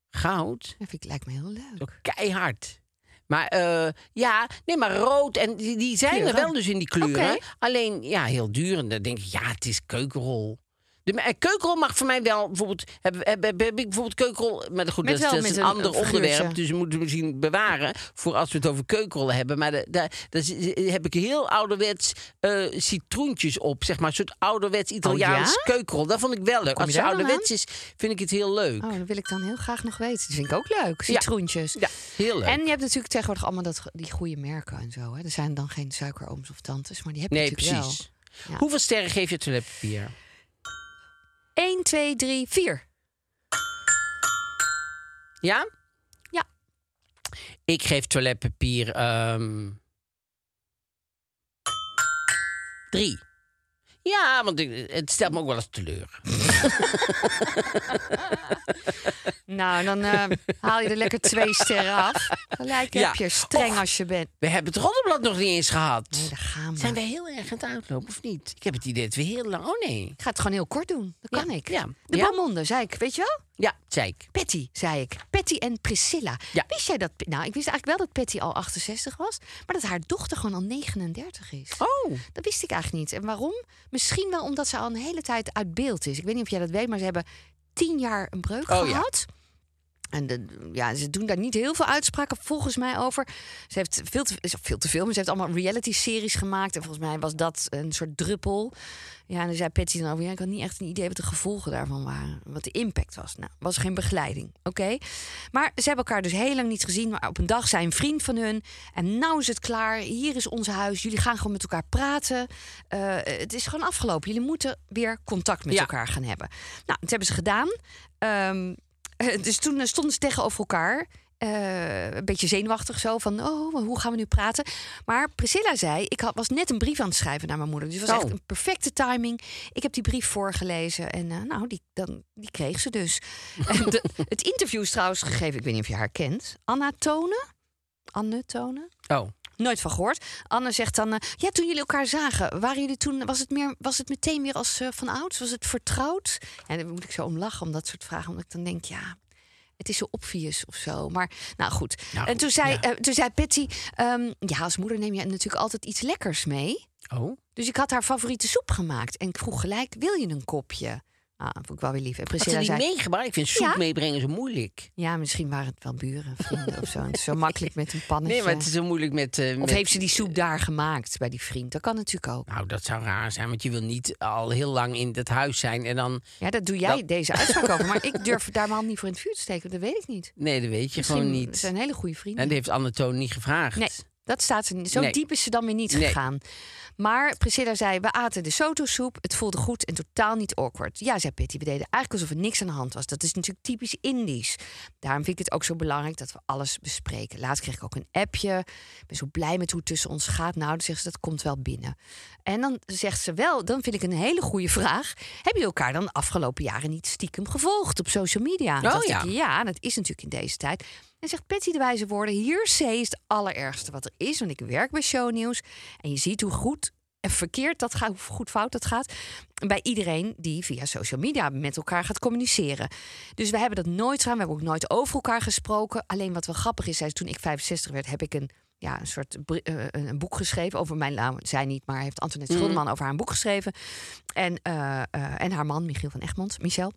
[SPEAKER 2] Goud?
[SPEAKER 3] Dat vind ik, lijkt me heel leuk.
[SPEAKER 2] Zo keihard. Maar eh, ja, nee, maar rood. En die, die zijn er
[SPEAKER 3] Kleuren.
[SPEAKER 2] wel dus in die kleuren.
[SPEAKER 3] Oké.
[SPEAKER 2] Alleen, ja, heel duur. En dan denk ik, ja, het is keukenrol. De eh, keukenrol mag voor mij wel bijvoorbeeld. Heb, heb, heb, heb ik bijvoorbeeld keukenrol. Maar goed,
[SPEAKER 3] Met
[SPEAKER 2] dat, is-
[SPEAKER 3] wel
[SPEAKER 2] dat is
[SPEAKER 3] met
[SPEAKER 2] een,
[SPEAKER 3] een-
[SPEAKER 2] ander
[SPEAKER 3] een figuurtje.
[SPEAKER 2] onderwerp. Dus we moeten we misschien bewaren. Voor als we het over keukenrollen hebben. Maar da- daar daar zi- heb ik heel ouderwets eh, citroentjes op. Zeg maar een soort ouderwets Italiaans keukenrol. Dat vond ik wel leuk.
[SPEAKER 3] Oh Kom je
[SPEAKER 2] Als het
[SPEAKER 3] daar dan
[SPEAKER 2] ouderwets is, vind ik het heel leuk.
[SPEAKER 3] Oh, dat wil ik dan heel graag nog weten. Dat vind ik ook leuk. Citroentjes.
[SPEAKER 2] Ja, heel leuk.
[SPEAKER 3] En je hebt natuurlijk tegenwoordig allemaal dat, die goede merken en zo. Hè? Er zijn dan geen suikerooms of tantes, maar die heb je
[SPEAKER 2] Nee,
[SPEAKER 3] natuurlijk
[SPEAKER 2] precies.
[SPEAKER 3] wel. Ja.
[SPEAKER 2] Hoeveel sterren geef je toiletpapier?
[SPEAKER 3] 1, 2, 3, 4.
[SPEAKER 2] Ja?
[SPEAKER 3] Ja.
[SPEAKER 2] Ik geef toiletpapier ehm drie. Ja, want ik- het stelt me ook wel eens teleur.
[SPEAKER 3] Nou, dan eh, haal je er lekker twee sterren af. Gelijk
[SPEAKER 2] Ja.
[SPEAKER 3] heb je streng
[SPEAKER 2] Och.
[SPEAKER 3] als je bent.
[SPEAKER 2] We hebben het roddelblad nog niet eens gehad.
[SPEAKER 3] Nee, daar gaan we.
[SPEAKER 2] Zijn wij heel erg aan het uitlopen of niet? Ik heb het idee dat we heel lang... Oh nee.
[SPEAKER 3] Ik ga het gewoon heel kort doen. Dat kan
[SPEAKER 2] Ja,
[SPEAKER 3] ik.
[SPEAKER 2] ja.
[SPEAKER 3] De
[SPEAKER 2] Ja.
[SPEAKER 3] Beaumonde, zei ik. Weet je wel?
[SPEAKER 2] Ja, zei ik.
[SPEAKER 3] Patty, zei ik. Patty en Priscilla.
[SPEAKER 2] Ja.
[SPEAKER 3] Wist jij dat? Nou, ik wist eigenlijk wel dat Patty al 68 was, maar dat haar dochter gewoon al 39 is.
[SPEAKER 2] Oh.
[SPEAKER 3] Dat wist ik eigenlijk niet. En waarom? Misschien wel omdat ze al een hele tijd uit beeld is. Ik weet niet of jij dat weet, maar ze hebben tien jaar een breuk
[SPEAKER 2] Oh, ja.
[SPEAKER 3] gehad. En de, ja, ze doen daar niet heel veel uitspraken volgens mij over. Ze heeft veel te, is veel, te veel maar ze heeft allemaal reality-series gemaakt. En volgens mij was dat een soort druppel. Ja, en dan zei Patsy dan over... Ja, ik had niet echt een idee wat de gevolgen daarvan waren. Wat de impact was. Nou, was geen begeleiding, oké? Maar ze hebben elkaar dus heel lang niet gezien. Maar op een dag zijn een vriend van hun. En nou is het klaar. Hier is ons huis. Jullie gaan gewoon met elkaar praten. Eh, het is gewoon afgelopen. Jullie moeten weer contact met
[SPEAKER 2] Ja.
[SPEAKER 3] elkaar gaan hebben. Nou, dat hebben ze gedaan. Ehm, eh, dus toen eh, stonden ze tegenover elkaar. Eh, een beetje zenuwachtig zo van, oh, hoe gaan we nu praten? Maar Priscilla zei, ik had, was net een brief aan het schrijven naar mijn moeder. Dus het was
[SPEAKER 2] Oh.
[SPEAKER 3] echt een perfecte timing. Ik heb die brief voorgelezen en eh, nou, die, dan, die kreeg ze dus. En de- het interview is trouwens gegeven, ik weet niet of je haar kent. Anna Tonen? Anne Tonen?
[SPEAKER 2] Oh.
[SPEAKER 3] Nooit van gehoord. Anne zegt dan, eh, ja, toen jullie elkaar zagen, waren jullie toen, was het, meer, was het meteen weer als eh, van ouds? Was het vertrouwd? En daar moet ik zo om lachen, om dat soort vragen. Omdat ik dan denk, ja, het is zo obvious of zo. Maar nou goed.
[SPEAKER 2] Nou,
[SPEAKER 3] en toen zei,
[SPEAKER 2] ja.
[SPEAKER 3] eh, toen zei Patty, ehm, ja, als moeder neem je natuurlijk altijd iets lekkers mee.
[SPEAKER 2] Oh.
[SPEAKER 3] Dus ik had haar favoriete soep gemaakt. En ik vroeg gelijk, wil je een kopje? Ah, vond ik wel weer lief. En
[SPEAKER 2] Had ze
[SPEAKER 3] Priscilla
[SPEAKER 2] die
[SPEAKER 3] zei,
[SPEAKER 2] meegebracht? Ik vind soep
[SPEAKER 3] Ja.
[SPEAKER 2] meebrengen zo moeilijk.
[SPEAKER 3] ja, misschien waren het wel buren, vrienden of zo. En het is zo makkelijk met een pannetje.
[SPEAKER 2] Nee, maar het is zo moeilijk met... eh,
[SPEAKER 3] Of
[SPEAKER 2] met-
[SPEAKER 3] heeft ze die soep daar gemaakt bij die vriend? Dat kan natuurlijk ook.
[SPEAKER 2] Nou, dat zou raar zijn, want je wil niet al heel lang in dat huis zijn en dan...
[SPEAKER 3] Ja, dat doe jij
[SPEAKER 2] Dat-
[SPEAKER 3] deze uitspraak over. Maar ik durf daar maar niet voor in het vuur te steken. want Dat weet ik niet.
[SPEAKER 2] Nee, dat weet je
[SPEAKER 3] Misschien
[SPEAKER 2] gewoon niet.
[SPEAKER 3] zijn hele goede vrienden.
[SPEAKER 2] En die heeft Anne Toon niet gevraagd.
[SPEAKER 3] Nee. Dat staat ze niet. Zo
[SPEAKER 2] Nee.
[SPEAKER 3] diep is ze dan weer niet
[SPEAKER 2] Nee.
[SPEAKER 3] gegaan. Maar Priscilla zei, we aten de sotosoep. Het voelde goed en totaal niet awkward. Ja, zei Pitty, we deden eigenlijk alsof er niks aan de hand was. Dat is natuurlijk typisch Indisch. Daarom vind ik het ook zo belangrijk dat we alles bespreken. Laatst kreeg ik ook een appje. Ik ben zo blij met hoe het tussen ons gaat. Nou, dan zegt ze, dat komt wel binnen. En dan zegt ze wel, dan vind ik een hele goede vraag. Hebben jullie elkaar dan de afgelopen jaren niet stiekem gevolgd op social media?
[SPEAKER 2] Oh,
[SPEAKER 3] dacht
[SPEAKER 2] ja.
[SPEAKER 3] ik, ja, dat is natuurlijk in deze tijd. En zegt Patsy de wijze woorden: Hearsay is het allerergste wat er is. Want ik werk bij shownieuws. En je ziet hoe goed en verkeerd dat gaat, hoe goed fout dat gaat. Bij iedereen die via social media met elkaar gaat communiceren. Dus we hebben dat nooit gedaan. We hebben ook nooit over elkaar gesproken. Alleen wat wel grappig is, zij is toen ik 65 werd, heb ik een. Ja, een soort bri- eh, een een boek geschreven over mijn. Nou, zij niet, maar heeft
[SPEAKER 2] Mhm.
[SPEAKER 3] Antoinette Schuldeman over haar een boek geschreven. En, eh, eh, en haar man, Michiel van Egmond, Michel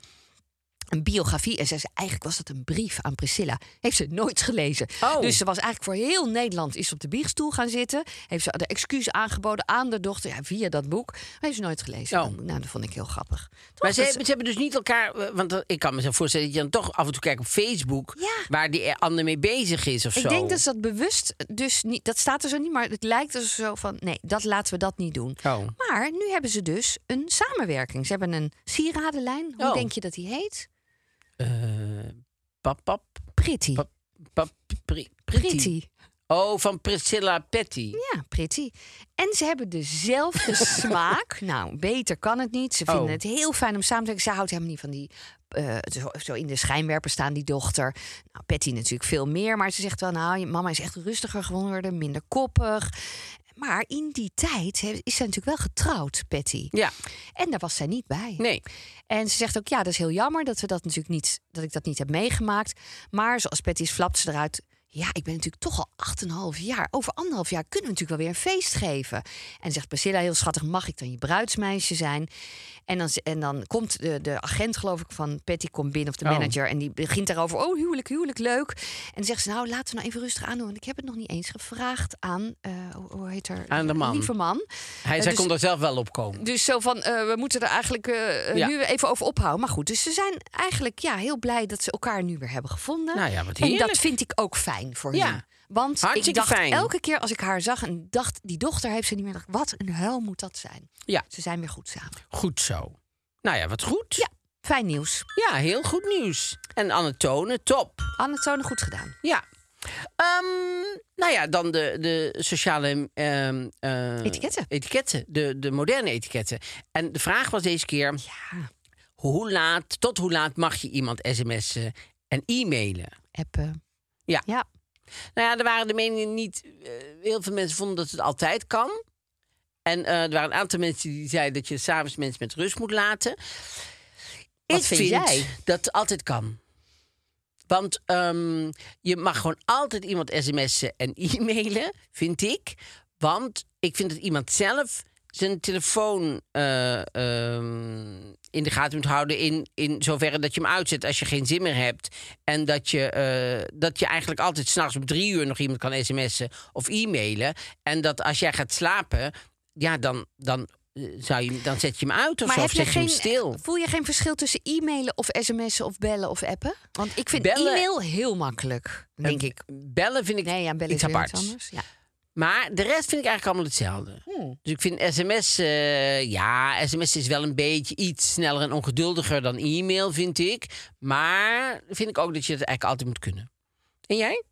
[SPEAKER 3] een biografie. En zei ze, eigenlijk was dat een brief aan Priscilla. Heeft ze nooit gelezen.
[SPEAKER 2] Oh.
[SPEAKER 3] Dus ze was eigenlijk voor heel Nederland is ze op de biechtstoel gaan zitten. Heeft ze de excuus aangeboden aan de dochter ja, via dat boek. Maar heeft ze nooit gelezen.
[SPEAKER 2] Oh.
[SPEAKER 3] Nou, dat vond ik heel grappig.
[SPEAKER 2] Maar
[SPEAKER 3] Toch,
[SPEAKER 2] ze
[SPEAKER 3] dat
[SPEAKER 2] hebben, ze hebben dus niet elkaar. eh, Want eh, ik kan me zo voorstellen dat je dan toch af en toe kijkt op Facebook.
[SPEAKER 3] Ja.
[SPEAKER 2] waar die eh, ander mee bezig is of zo.
[SPEAKER 3] Ik denk dat ze dat bewust dus niet. Dat staat er zo niet, maar het lijkt er zo van. Nee, dat laten we dat niet doen.
[SPEAKER 2] Oh.
[SPEAKER 3] Maar nu hebben ze dus een samenwerking. Ze hebben een sieradenlijn. Hoe
[SPEAKER 2] Oh.
[SPEAKER 3] denk je dat die heet?
[SPEAKER 2] Eh, pap, pap,
[SPEAKER 3] Pretty.
[SPEAKER 2] pap, pap, pri- pretty.
[SPEAKER 3] Pretty.
[SPEAKER 2] Oh, van Priscilla Petty.
[SPEAKER 3] Ja, pretty. En ze hebben dezelfde smaak. Nou, beter kan het niet. Ze vinden
[SPEAKER 2] Oh.
[SPEAKER 3] het heel fijn om samen te werken. Ze houdt helemaal niet van die... eh, zo, zo in de schijnwerper staan, die dochter. Nou, Patty natuurlijk veel meer. Maar ze zegt wel, nou, je mama is echt rustiger geworden. Minder koppig. Maar in die tijd he- is zij natuurlijk wel getrouwd, Patty.
[SPEAKER 2] Ja.
[SPEAKER 3] En daar was zij niet bij.
[SPEAKER 2] Nee.
[SPEAKER 3] En ze zegt ook, ja, dat is heel jammer dat, we dat, natuurlijk niet, dat ik dat niet heb meegemaakt. Maar zoals Patty is, flapt ze eruit. Ja, ik ben natuurlijk toch al 8,5 jaar. Over anderhalf jaar kunnen we natuurlijk wel weer een feest geven. En zegt Priscilla heel schattig, mag ik dan je bruidsmeisje zijn? En dan, en dan komt de, de agent, geloof ik, van Patty komt binnen, of de
[SPEAKER 2] Oh.
[SPEAKER 3] manager. En die begint daarover, oh, huwelijk, huwelijk, leuk. En dan zegt ze, nou, laten we nou even rustig aandoen. Want ik heb het nog niet eens gevraagd aan, eh, hoe- hoe heet haar? eh,
[SPEAKER 2] Aan de man.
[SPEAKER 3] Lieve man.
[SPEAKER 2] Hij,
[SPEAKER 3] Eh,
[SPEAKER 2] zij
[SPEAKER 3] dus-
[SPEAKER 2] kon er zelf wel op komen.
[SPEAKER 3] dus zo van, eh, we moeten er eigenlijk eh,
[SPEAKER 2] Ja.
[SPEAKER 3] nu even over ophouden. Maar goed, dus ze zijn eigenlijk ja, heel blij dat ze elkaar nu weer hebben gevonden.
[SPEAKER 2] Nou ja, wat
[SPEAKER 3] en dat
[SPEAKER 2] heerlijk.
[SPEAKER 3] vind ik ook fijn voor
[SPEAKER 2] Ja.
[SPEAKER 3] hen. Want ik
[SPEAKER 2] Hartstikke
[SPEAKER 3] dacht
[SPEAKER 2] fijn.
[SPEAKER 3] elke keer als ik haar zag en dacht... die dochter heeft ze niet meer, dacht ik, wat een huil moet dat zijn.
[SPEAKER 2] Ja,
[SPEAKER 3] Ze zijn weer goed samen.
[SPEAKER 2] goed zo. Nou ja, wat goed.
[SPEAKER 3] Ja, fijn nieuws.
[SPEAKER 2] Ja, heel goed nieuws. En Annetone, top.
[SPEAKER 3] Anne Tone, goed gedaan.
[SPEAKER 2] Ja. Ehm, nou ja, dan de, de sociale... ehm, eh,
[SPEAKER 3] Etiketten.
[SPEAKER 2] Etiketten, de, de moderne etiketten. En de vraag was deze keer... Hoe laat, tot hoe laat mag je iemand sms'en en e-mailen?
[SPEAKER 3] Appen.
[SPEAKER 2] Ja.
[SPEAKER 3] Ja,
[SPEAKER 2] Nou ja, er waren de meningen niet... eh, heel veel mensen vonden dat het altijd kan. En eh, er waren een aantal mensen die zeiden... dat je s'avonds mensen met rust moet laten.
[SPEAKER 3] Wat
[SPEAKER 2] ik
[SPEAKER 3] vind
[SPEAKER 2] vind
[SPEAKER 3] jij?
[SPEAKER 2] dat het altijd kan. Want ehm, je mag gewoon altijd iemand sms'en en e-mailen, vind ik. Want ik vind dat iemand zelf zijn telefoon eh, ehm, in de gaten moet houden... In, in zoverre dat je hem uitzet als je geen zin meer hebt. En dat je, eh, dat je eigenlijk altijd s'nachts om drie uur nog iemand kan sms'en of e-mailen. En dat als jij gaat slapen, ja, dan, dan, eh, zou je, dan zet je hem uit of zo. Of zet je hem stil.
[SPEAKER 3] voel je geen verschil tussen e-mailen of sms'en of bellen of appen? Want ik vind
[SPEAKER 2] Bellen-
[SPEAKER 3] e-mail heel makkelijk, denk ik.
[SPEAKER 2] Bellen vind ik
[SPEAKER 3] Nee, ja, bellen
[SPEAKER 2] iets
[SPEAKER 3] is weer
[SPEAKER 2] aparts.
[SPEAKER 3] iets anders. Hmm. Ja.
[SPEAKER 2] Maar de rest vind ik eigenlijk allemaal hetzelfde. Dus ik vind sms, eh, ja, sms is wel een beetje iets sneller en ongeduldiger dan e-mail, vind ik. Maar vind ik ook dat je het eigenlijk altijd moet kunnen. En jij?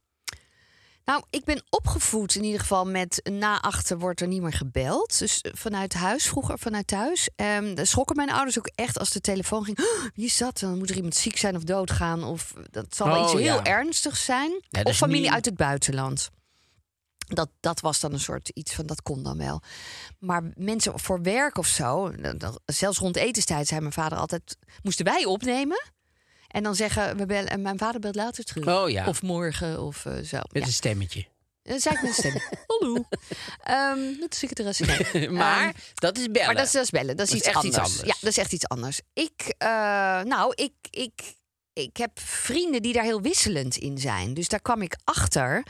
[SPEAKER 3] Nou, ik ben opgevoed in ieder geval met na achter wordt er niet meer gebeld. Dus eh, vanuit huis, vroeger vanuit thuis. Ehm daar schrokken mijn ouders ook echt als de telefoon ging. "Oh, wie is dat? Dan moet er iemand ziek zijn of doodgaan. Of eh, dat zal wel
[SPEAKER 2] Oh,
[SPEAKER 3] iets heel
[SPEAKER 2] ja.
[SPEAKER 3] ernstigs zijn.
[SPEAKER 2] dat
[SPEAKER 3] of
[SPEAKER 2] is
[SPEAKER 3] familie
[SPEAKER 2] niet-
[SPEAKER 3] uit het buitenland. Dat, dat was dan een soort iets van dat kon dan wel. Maar mensen voor werk of zo, dat- dat- zelfs rond etenstijd, zei mijn vader altijd: moesten wij opnemen? En dan zeggen we bellen, en mijn vader belt later terug.
[SPEAKER 2] Oh ja.
[SPEAKER 3] Of morgen of eh, zo.
[SPEAKER 2] Met
[SPEAKER 3] Ja.
[SPEAKER 2] een stemmetje.
[SPEAKER 3] Dan zei ik met een Eh, stem. Hallo. Ehm dat is ik het rest.
[SPEAKER 2] Maar dat is bellen.
[SPEAKER 3] Ehm, Maar dat is, dat is bellen. Dat is,
[SPEAKER 2] Dat is
[SPEAKER 3] iets,
[SPEAKER 2] echt iets
[SPEAKER 3] anders.
[SPEAKER 2] anders.
[SPEAKER 3] Ja, dat is echt iets anders. Ik, eh, nou, ik, ik, ik heb vrienden die daar heel wisselend in zijn. Dus daar kwam ik achter.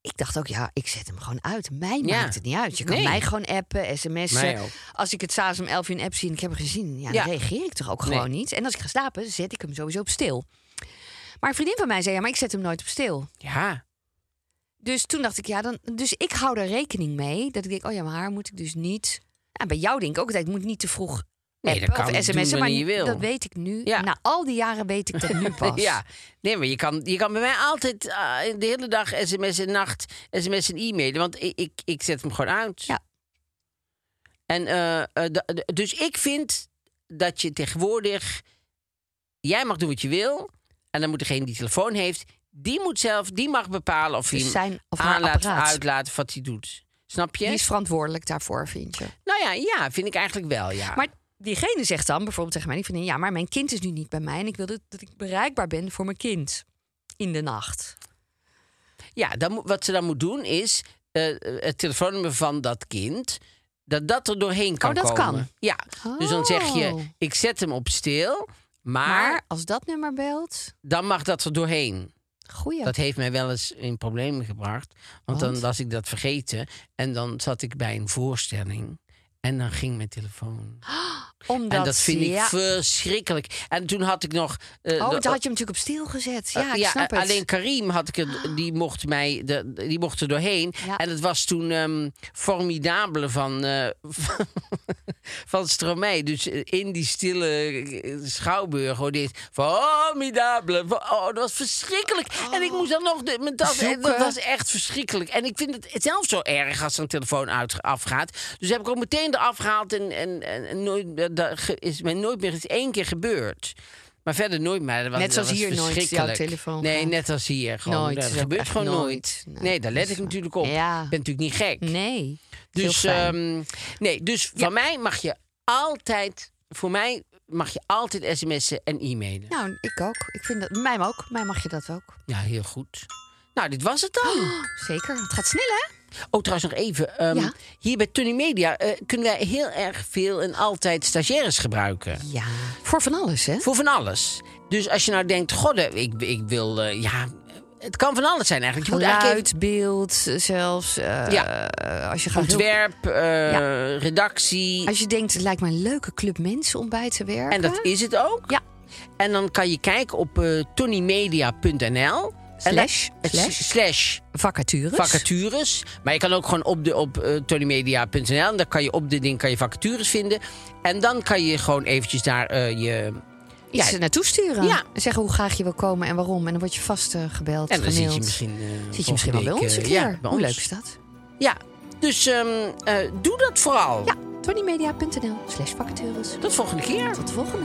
[SPEAKER 3] Ik dacht ook, ja, ik zet hem gewoon uit. Mij
[SPEAKER 2] Ja.
[SPEAKER 3] maakt het niet uit. Je kan
[SPEAKER 2] Nee.
[SPEAKER 3] mij gewoon appen, sms'en.
[SPEAKER 2] Mij ook.
[SPEAKER 3] Als ik het s'avonds om 11 uur een app zie en ik heb hem gezien, ja,
[SPEAKER 2] Ja.
[SPEAKER 3] dan reageer ik toch ook
[SPEAKER 2] Nee.
[SPEAKER 3] gewoon niet. En als ik ga slapen, zet ik hem sowieso op stil. Maar een vriendin van mij zei, ja, maar ik zet hem nooit op stil.
[SPEAKER 2] Ja,
[SPEAKER 3] Dus toen dacht ik, ja, dan, dus ik hou daar rekening mee. Dat ik denk, oh ja, maar haar moet ik dus niet. Nou, bij jou denk ik ook altijd, ik moet niet te vroeg
[SPEAKER 2] Nee, dat
[SPEAKER 3] appen
[SPEAKER 2] kan. Doen
[SPEAKER 3] of sms'en. Maar
[SPEAKER 2] wanneer je wil.
[SPEAKER 3] dat weet ik nu.
[SPEAKER 2] Ja.
[SPEAKER 3] Na al die jaren weet ik dat nu pas.
[SPEAKER 2] Ja, nee, maar je kan, je kan bij mij altijd ah, de hele dag sms en nacht, sms en e-mailen. Want ik, ik, ik zet hem gewoon uit.
[SPEAKER 3] Ja.
[SPEAKER 2] En, eh, eh, da- d- dus ik vind dat je tegenwoordig... Jij mag doen wat je wil. En dan moet degene die telefoon heeft... Die moet zelf, die mag bepalen of
[SPEAKER 3] Dus
[SPEAKER 2] hij hem
[SPEAKER 3] zijn of haar
[SPEAKER 2] aanlaat,
[SPEAKER 3] apparaat.
[SPEAKER 2] uitlaat, wat hij doet. Snap je?
[SPEAKER 3] Die is verantwoordelijk daarvoor, vind je.
[SPEAKER 2] Nou ja, ja, vind ik eigenlijk wel, ja.
[SPEAKER 3] Maar diegene zegt dan bijvoorbeeld tegen mij, die vriendin, ja, maar mijn kind is nu niet bij mij en ik wil dat, dat ik bereikbaar ben voor mijn kind in de nacht.
[SPEAKER 2] Ja, dan, moet- wat ze dan moet doen is eh, het telefoonnummer van dat kind. Dat dat er doorheen kan
[SPEAKER 3] Oh, dat
[SPEAKER 2] komen.
[SPEAKER 3] kan.
[SPEAKER 2] Ja. Dus dan zeg
[SPEAKER 3] Oh.
[SPEAKER 2] je, ik zet hem op stil, maar,
[SPEAKER 3] Maar als dat nummer belt,
[SPEAKER 2] dan mag dat er doorheen.
[SPEAKER 3] goeie.
[SPEAKER 2] Dat heeft mij wel eens in problemen gebracht. Want, dan was ik dat vergeten. En dan zat ik bij een voorstelling. En dan ging mijn telefoon.
[SPEAKER 3] Omdat,
[SPEAKER 2] en dat vind
[SPEAKER 3] Ah, ja.
[SPEAKER 2] ik verschrikkelijk. En toen had ik nog... eh,
[SPEAKER 3] Oh,
[SPEAKER 2] de-
[SPEAKER 3] dat had je hem natuurlijk op stil gezet. Ja,
[SPEAKER 2] Eh,
[SPEAKER 3] ik snap
[SPEAKER 2] eh,
[SPEAKER 3] het.
[SPEAKER 2] Alleen Karim had ik het, die mocht mij, de, die mocht er doorheen.
[SPEAKER 3] Ja.
[SPEAKER 2] En het was toen ehm formidabele van, eh, van, van Stromae. Dus eh, in die stille eh, schouwburg hoorde je formidabele. Fo- Oh, dat was verschrikkelijk. En ik moest dan nog de, mijn tas. en Dat
[SPEAKER 3] Zoeken.
[SPEAKER 2] was echt verschrikkelijk. En ik vind het zelf zo erg als zo'n telefoon uit, afgaat. Dus heb ik ook meteen eraf gehaald en, en, en, en nooit, eh, dat ge- is mij nooit meer eens één keer gebeurd. Maar verder nooit meer. Dat
[SPEAKER 3] Net
[SPEAKER 2] was
[SPEAKER 3] zoals hier nooit jouw
[SPEAKER 2] verschrikkelijk.
[SPEAKER 3] telefoon
[SPEAKER 2] Nee,
[SPEAKER 3] gaat.
[SPEAKER 2] net als hier. Gewoon,
[SPEAKER 3] Nooit,
[SPEAKER 2] Dat
[SPEAKER 3] is ook
[SPEAKER 2] gebeurt
[SPEAKER 3] echt
[SPEAKER 2] gewoon nooit.
[SPEAKER 3] nooit.
[SPEAKER 2] Nee, daar
[SPEAKER 3] Nee, dat
[SPEAKER 2] let
[SPEAKER 3] is
[SPEAKER 2] ik
[SPEAKER 3] waar.
[SPEAKER 2] natuurlijk op.
[SPEAKER 3] Ja.
[SPEAKER 2] Ik ben natuurlijk niet gek.
[SPEAKER 3] Nee.
[SPEAKER 2] dus
[SPEAKER 3] heel fijn.
[SPEAKER 2] ehm, nee, dus van mij mag je altijd... Voor mij mag je altijd sms'en en e-mailen. Ja.
[SPEAKER 3] Nou, ik ook. Ik vind dat, mij ook. Mij mag je dat ook.
[SPEAKER 2] heel goed. Nou, dit was het dan.
[SPEAKER 3] Zeker. Het gaat snel, hè?
[SPEAKER 2] Oh, trouwens nog even. ehm,
[SPEAKER 3] Ja.
[SPEAKER 2] Hier bij Tony Media eh, kunnen wij heel erg veel en altijd stagiaires gebruiken.
[SPEAKER 3] Ja. Voor van alles, hè?
[SPEAKER 2] Voor van alles. Dus als je nou denkt, godde, ik, ik wil... eh, ja, het kan van alles zijn eigenlijk. Je moet eigenlijk even
[SPEAKER 3] Geluid, beeld, eh, zelfs. eh,
[SPEAKER 2] Ja.
[SPEAKER 3] eh, als je gaat
[SPEAKER 2] ontwerp, eh, redactie.
[SPEAKER 3] Als je denkt, het lijkt mij een leuke club mensen om bij te werken.
[SPEAKER 2] En dat is het ook.
[SPEAKER 3] Ja.
[SPEAKER 2] En dan kan je kijken op eh tonymedia.nl. En daar-
[SPEAKER 3] Slash,
[SPEAKER 2] eh,
[SPEAKER 3] slash.
[SPEAKER 2] slash
[SPEAKER 3] vacatures.
[SPEAKER 2] vacatures. Maar je kan ook gewoon op, de, op eh, tonymedia.nl. En daar kan je op dit ding kan je vacatures vinden. En dan kan je gewoon eventjes daar eh, je...
[SPEAKER 3] Iets
[SPEAKER 2] Ja.
[SPEAKER 3] er naartoe sturen.
[SPEAKER 2] Ja.
[SPEAKER 3] En zeggen hoe graag je wil komen en waarom. En dan word je vast eh, gebeld,
[SPEAKER 2] En dan
[SPEAKER 3] gemaild.
[SPEAKER 2] zit je misschien... eh,
[SPEAKER 3] Zit
[SPEAKER 2] volgende
[SPEAKER 3] je misschien wel bij
[SPEAKER 2] week,
[SPEAKER 3] ons een
[SPEAKER 2] eh,
[SPEAKER 3] keer.
[SPEAKER 2] Ja, bij
[SPEAKER 3] Hoe
[SPEAKER 2] ons.
[SPEAKER 3] leuk is dat?
[SPEAKER 2] Ja, dus ehm, eh, doe dat vooral.
[SPEAKER 3] Ja, tonymedia.nl slash vacatures.
[SPEAKER 2] Tot volgende keer.
[SPEAKER 3] Tot de volgende.